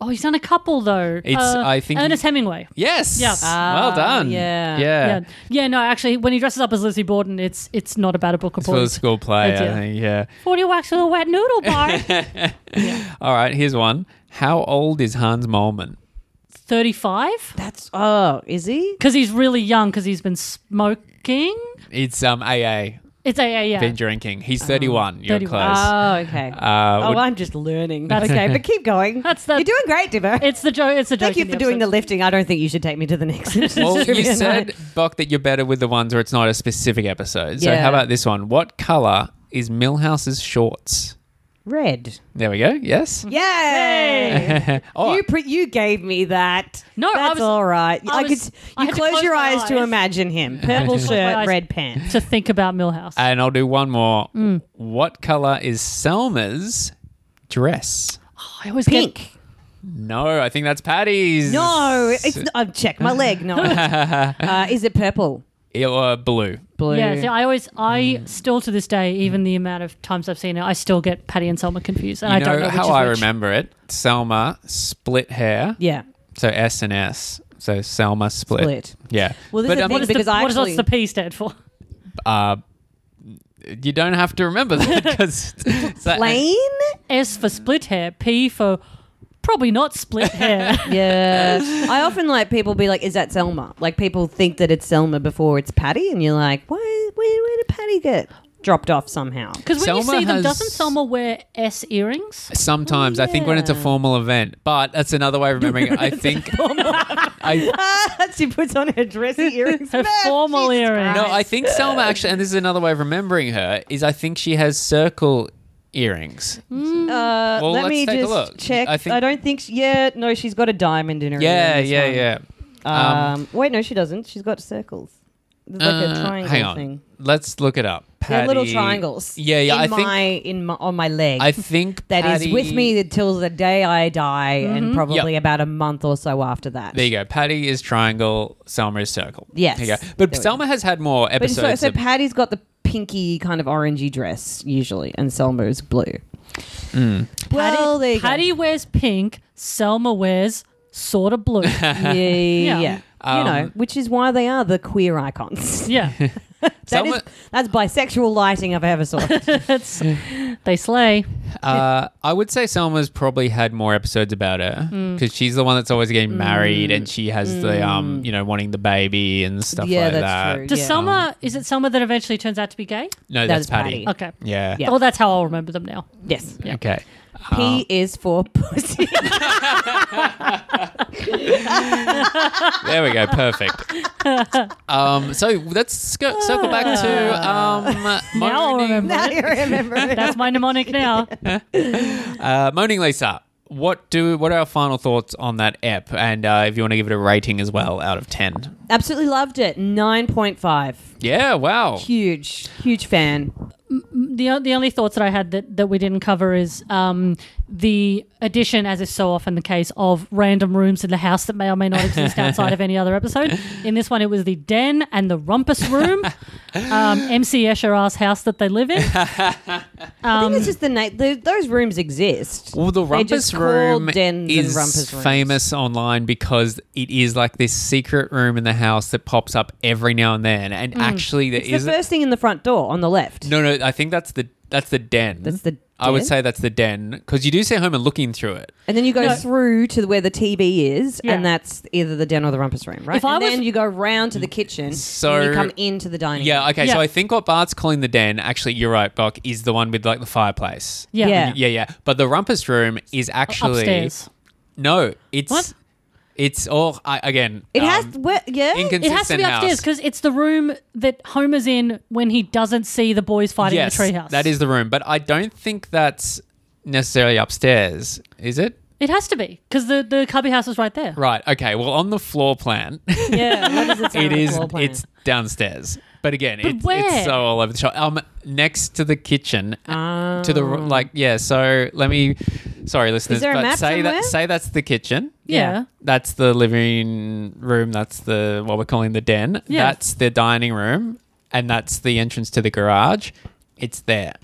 oh, he's done a couple though.
It's-
Uh,
I think
Ernest Hemingway.
Yes.
Yeah.
well
Ah,
done.
yeah.
Yeah.
Yeah. yeah, no, actually, when he dresses up as Lizzie Borden, it's it's not about a book
It's for the
report.
school play, I
Idea.
think. Yeah.
Forty wax with a wet noodle bar.
[LAUGHS] All right. Here's one. How old is Hans Molman?
Thirty-five,
That's oh, is he?
because he's really young, because he's been smoking.
Uh,
It's um AA.
It's a, yeah, yeah.
Van Duren King. He's 31. You're
31.
close.
Oh, okay.
Uh,
oh,
would-
I'm just learning.
That's-
okay, but keep [LAUGHS] going.
That's the-
You're doing great, Dibbo.
It's the joke. It's the joke.
Thank you
in
for doing the
episode.
lifting. I don't think you should take me to the next. [LAUGHS]
well, you
trivia
said,
night.
Bok, that you're better with the ones where it's not a specific episode. So,
Yeah.
how about this one? What color is Millhouse's shorts?
red.
There we go.
[LAUGHS]
Yes. [LAUGHS]
Yay! [LAUGHS]
oh,
You pre- you gave me that.
No, I
that's
was-
all right.
I
I,
was-
could.
I
You
had to
close,
close
your
my
eyes to
eyes.
imagine him. Purple
Close my
shirt,
eyes.
red pants.
to think about Millhouse.
and I'll do one more.
Mm.
What color is Selma's dress?
Oh, I always get-
Pink.
No, I think that's Patty's.
No, it's. I've checked my leg.
[LAUGHS]
No. uh, is it purple?
It- uh, blue.
Blue. Hmm.
Yeah, see, I always, I still to this day, even the amount of times I've seen it, I still get Patty and Selma confused, and
You
I
know,
don't know which
how
is
I
which.
remember it. Selma split hair.
yeah.
So S and S. So Selma split.
Split.
Yeah.
Well, this is the
um,
thing
What, is the,
Because I
what does
actually-
what's the P stand for?
uh, you don't have to remember that
[LAUGHS]
because
Plain.
S for split hair, P for probably not split hair.
Yeah. [LAUGHS] I often like people be like, "Is that Selma?" Like people think that it's Selma before it's Patty, and you're like, "Why? Where, where did Patty get dropped off
[LAUGHS]
somehow?" [LAUGHS]
Because when
Selma
you see them,
has-
doesn't Selma wear S earrings?
sometimes I think when it's a
yeah.
formal event, but that's another way of remembering
[LAUGHS]
it. I think I
she puts on her dressy earrings.
Her
Man,
formal
Jesus
earrings.
no, I think Selma actually, and this is another way of remembering her is I think she has circle earrings.
Uh,
Well,
let
let's
me
take a
just
look.
check.
I
I,
think-
don't think. She, yeah, no, she's got a diamond in her.
Yeah,
ear in this
yeah,
one.
yeah.
Um, wait, no, she doesn't. She's got circles. There's like
Uh,
a triangle
hang on,
thing.
let's look it up.
They're little
Patty-
triangles.
Yeah, yeah.
In
I
my
think
in my on my leg.
I think
[LAUGHS] that is
Patty- Mm-hmm.
with me until the day I die, and probably about a month or so after that.
There you go. Patty is triangle. Selma is circle.
Yes.
There you go. But
There we
Selma has had more
But
episodes.
so, so
of-
Patty's got the pinky kind of orangey dress usually, and Selma's blue.
Mm.
Well, there you
[LAUGHS]
go.
Patty wears pink. Selma wears sort of blue.
yeah, yeah,
Yeah.
yeah. you
Um,
know, which is why they are the queer icons. [LAUGHS]
[LAUGHS] yeah,
That is
Selma-
that's bisexual lighting if I ever saw. it.
it's they slay.
Uh, I would say Selma's probably had more episodes about her
Hmm.
because she's the one that's always getting married and she has the um, you know, wanting the baby and stuff
Hmm. Yeah,
like
that's
that.
true.
Does
Yeah.
Selma? Is it Selma that eventually turns out to be gay?
No,
That
that's
is
Patty.
Patty.
Okay.
Yeah.
Yeah.
Well, that's how I'll remember them now.
yes,
Yeah.
Okay. Um,
P is for [LAUGHS] pussy.
There we go. Perfect. [LAUGHS] um, so let's sc- circle back to
[LAUGHS]
um,
Now I'll
moaning,
remember.
now you remember it.
That's my mnemonic now.
uh, moaning Lisa. What do what are our final thoughts on that ep? And uh, if you want to give it a rating as well, out of ten.
Absolutely loved it. Nine point five.
Yeah. Wow.
Huge, huge fan.
the the only thoughts that I had that, that we didn't cover is um, the addition, as is so often the case, of random rooms in the house that may or may
[LAUGHS]
not exist outside of any other episode. In this one, it was the den and the rumpus room,
[LAUGHS]
um, MC Escher's house that they live in.
I think it's just the name. Those rooms exist.
Well, the
They
rumpus
just call
room
dens and
is
rumpus rooms.
famous online because it is like this secret room in the house that pops up every now and then. And actually, there
Hmm. It's the
is
first thing in the front door on the left.
no, no. I think that's the that's the den.
That's the
I would
den?
say that's the den because you do see Homer looking through it.
And then you go through to where the TV is,
Yeah.
and that's either the den or the rumpus room, right?
If
and
I was-
then you go round to the kitchen,
So-
and you come into the dining.
Yeah.
room.
Okay. So
Yeah.
I think what Bart's calling the den, actually, you're right, Bok, is the one with like the fireplace.
Yeah.
Yeah.
Yeah, yeah. But the rumpus room is actually
Upstairs.
No, it's
What?
it's all I, again.
it
um,
has. Where, yeah,
It has to
inconsistent
be upstairs
house.
because it's the room that Homer's in when he doesn't see the boys fighting
yes,
in the treehouse.
That is the room, but I don't think that's necessarily upstairs, is it?
It has to be because the, the cubby house is right there.
Right. Okay. Well, on the floor
[LAUGHS]
plan,
yeah. [LAUGHS] What does it sound
it
like,
is.
floor plan?
It's downstairs. But again, it's,
where?
it's so all over the shop. Um, next to the kitchen,
Uh,
to the
Oh.
r- like, yeah. So let me. Sorry, listeners.
there a
but
map
say
somewhere?
that. Say that's the kitchen.
Yeah.
Yeah.
That's the living room. That's the what we're calling the den.
Yeah.
That's the dining room, and that's the entrance to the garage. It's there.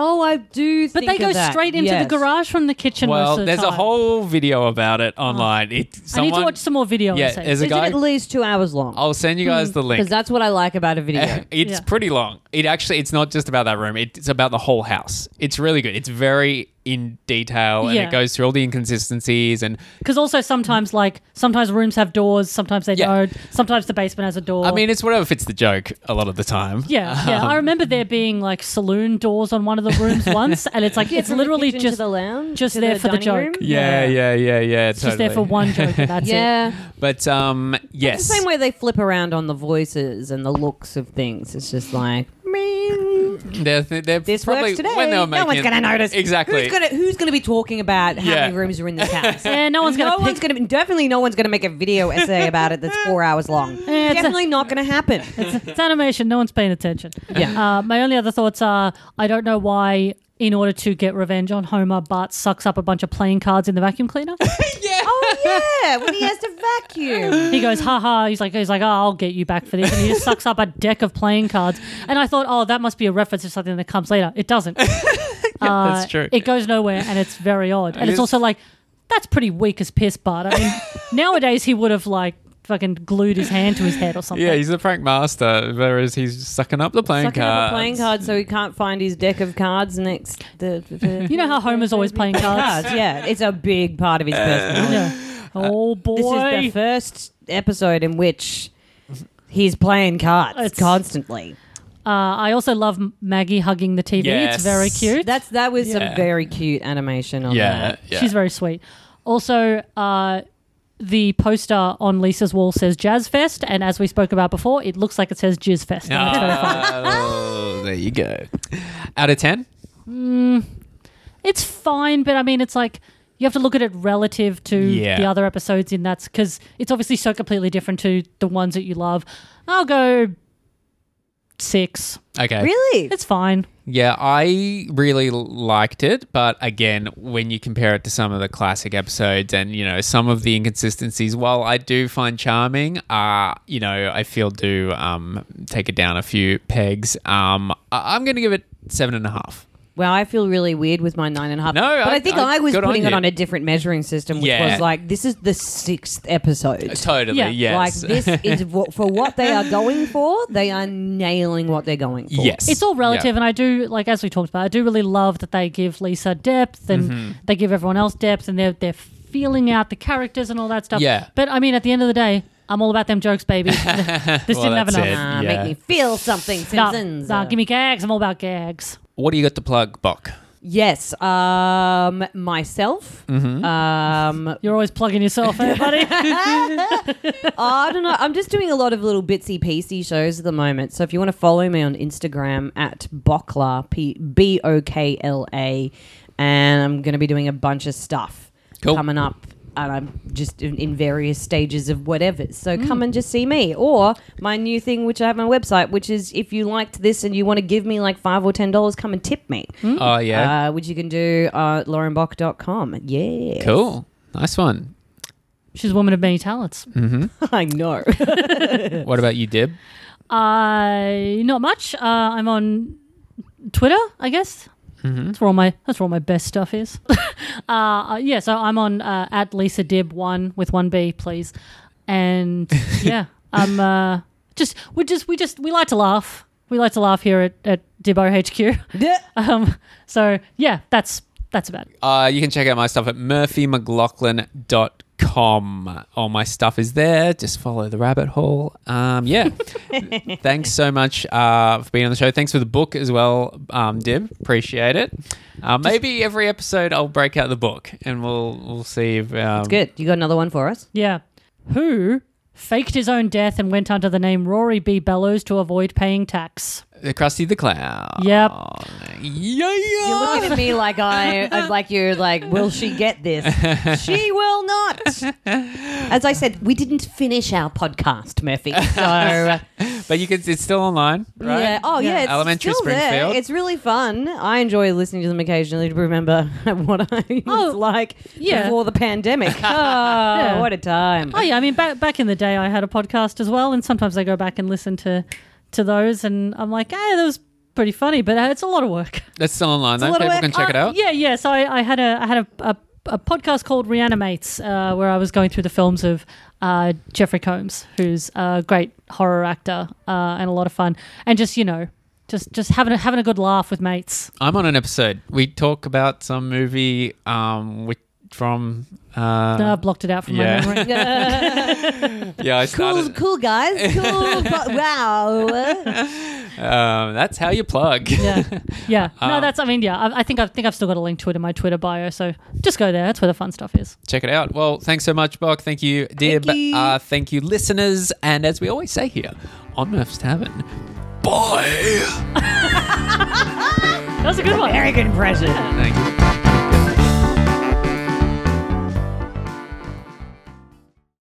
Oh, I do.
But
think
they
of
go
that.
straight into
Yes.
the garage from the kitchen. most
Well,
of the
there's a
time. Oh.
whole video about it online. It, someone,
I need to watch some more video.
Yeah,
and see.
there's a
Is it
guy.
at least two hours long?
I'll send you Eh. guys the
Because
link.
that's what I like about a video.
[LAUGHS] it's
Hmm, Yeah.
pretty long. It actually, it's not just about that room. It's about the whole house. It's really good. It's very in detail and
Yeah.
it goes through all the inconsistencies and
Because also sometimes, like, sometimes rooms have doors, sometimes they
Yeah.
don't. Sometimes the basement has a door.
I mean uh-huh. it's whatever fits the joke a lot of the time.
yeah, yeah. I remember there being like saloon doors on one of the
[LAUGHS]
rooms once, and it's like it's
From the
literally
kitchen to
just
the lounge,
just
to
there for the
dining room?
joke.
Yeah, yeah, yeah, yeah.
It's just there for one joke. And that's it.
Yeah.
But um
The
yes.
same way they flip around on the voices and the looks of things. It's just like, "Meow."
They're, they're
this
Mm, probably
works today.
when they were
no one's
making-
going to notice.
Exactly.
Who's going to who's gonna be talking about how
Yeah.
many rooms are in this
[LAUGHS]
house?
Yeah, no one's gonna.
no
pick-
one's going to definitely no one's going to make a video essay about it that's four hours [LAUGHS] long.
it's a-
definitely not going to [LAUGHS] happen.
[LAUGHS] it's animation. No one's paying attention.
Yeah.
Uh, my only other thoughts are I don't know why, in order to get revenge on Homer, Bart sucks up a bunch of playing cards in the vacuum cleaner.
yeah.
oh yeah, when he has to vacuum.
he goes, "Ha ha!" He's like, he's like, oh, I'll get you back for this. And he just sucks up a deck of playing cards. And I thought, oh, that must be a reference to something that comes later.
[LAUGHS]
It doesn't. Uh,
that's true.
It goes nowhere, and it's very odd. And it's
is.
also like, that's pretty weak as piss, Bart.
[LAUGHS]
I mean, nowadays he would have like fucking glued his hand to his head or something.
Yeah, he's the prank master, whereas he's sucking up the playing
Sucking
cards.
up a playing card so he can't find his deck of cards next. The, the,
you know how Homer's always playing cards.
cards. Yeah, it's a big part of
Uh,
his personality.
Yeah. Oh boy!
This is the first episode in which he's playing cards
It's-
constantly.
Uh, I also love M- Maggie hugging the TV.
Yes.
It's very cute.
That's that was
Yeah.
some very cute animation on
Yeah,
that.
yeah.
She's very sweet. Also, uh, the poster on Lisa's wall says Jazz Fest, and as we spoke about before, it looks like it says Jizz Fest. and it's very funny.
Oh, there you go. Out of 10?
It's fine, but I mean, it's like you have to look at it relative to
Yeah.
the other episodes in that's because it's obviously so completely different to the ones that you love. I'll go six.
Okay.
Really?
It's fine.
Yeah, I really l- liked it, but again, when you compare it to some of the classic episodes and, you know, some of the inconsistencies, while I do find charming, uh, you know, I feel do um, take it down a few pegs. Um, I- I'm going to give it seven and a half.
Well, I feel really weird with my nine and a half.
No,
but I,
I-
think
I-
I, was
good on
putting it
you.
on a different measuring system, which
Yeah.
was like this is the sixth episode.
Totally,
Yeah,
yes.
Like this
[LAUGHS]
is what, for what they are going for. They are nailing what they're going for.
yes.
It's all relative,
Yeah.
and I do like as we talked about. I do really love that they give Lisa depth, and
Mm-hmm.
they give everyone else depth, and they're they're feeling out the characters and all that stuff.
Yeah.
But I mean, at the end of the day, I'm all about them jokes,
[LAUGHS]
baby. [LAUGHS] this didn't have
that's
enough.
it.
Ah,
Yeah.
Make me feel something,
Nah,
Simpsons. uh,
nah, give me gags. I'm all about gags.
What do you got to plug, Bok?
yes, um, myself. Um,
You're always plugging yourself, eh, buddy.
[LAUGHS]
I don't know. I'm just doing a lot of little bitsy piecey shows at the moment. So if you want to follow me on Instagram at Bokla, P- B O K L A, and I'm going to be doing a bunch of stuff
Cool.
coming up. And I'm just in, in various stages of whatever. So come and just see me. Or my new thing, which I have on my website, which is if you liked this and you want to give me like five or ten dollars, come and tip me.
Oh, yeah.
Uh, which you can do uh, laurenbach.com. Yeah.
cool. Nice one.
She's a woman of many talents.
[LAUGHS] I know. [LAUGHS]
What about you, Dib?
I not much. Uh, I'm on Twitter, I guess. That's where all my that's where all my best stuff is. [LAUGHS] uh, uh, yeah, so I'm on uh, at Lisa Dib one with one B, please. And yeah, I'm uh, just we just we just we like to laugh. We like to laugh here at at Dibbo HQ. [LAUGHS] Um, so yeah, that's that's about it.
Uh, you can check out my stuff at murphymclaughlin.com. All my stuff is there. Just follow the rabbit hole. Um,
[LAUGHS]
yeah. Thanks so much uh, for being on the show. Thanks for the book as well, um, Dib. Appreciate it. Uh, maybe every episode I'll break out the book and we'll we'll see if. Um,
Good. You got another one for us?
Yeah, who faked his own death and went under the name Rory B Bellows to avoid paying tax?
The Krusty the Clown.
Yep.
Yeah.
You're looking at me like I, [LAUGHS] I'm like you're like, will she
[LAUGHS]
get this? she will not. As I said, we didn't finish our podcast, Murphy. So uh,
But you can. It's still online, [LAUGHS] right?
yeah, oh yeah, it's
Elementary
still
Springfield.
There. It's really fun. I enjoy listening to them occasionally to remember [LAUGHS] what I was
Oh,
like
yeah.
before the pandemic. [LAUGHS] Oh, what a time!
Oh yeah, I mean back back in the day, I had a podcast as well, and sometimes I go back and listen to to those, and I'm like, hey, that was pretty funny, but uh, it's a lot of work.
That's still online, though.
lot of
People
work.
can check it
Uh,
out.
Yeah, yeah. So I, I had a I had a, a, a podcast called Reanimates, uh, where I was going through the films of uh, Jeffrey Combs, who's a great horror actor uh, and a lot of fun, and just you know Just just having a, having a good laugh with mates.
I'm on an episode. We talk about some movie um, which from.
Uh,
Uh,
blocked it out from
yeah.
my memory.
[LAUGHS]
yeah, I
cool,
started.
cool guys,
[LAUGHS]
cool. bu- wow.
Um, that's how you plug.
yeah,
[LAUGHS]
yeah. no,
Um,
that's. I mean, yeah. I, I think I think I've still got a link to it in my Twitter bio. So just go there. That's where the fun stuff is.
Check it out. Well, thanks so much, Bok. Thank you, Dib.
Thank you.
Uh, thank you, listeners. And as we always say here on Murph's Tavern, bye.
That was a good one.
Very good impression.
Thank you.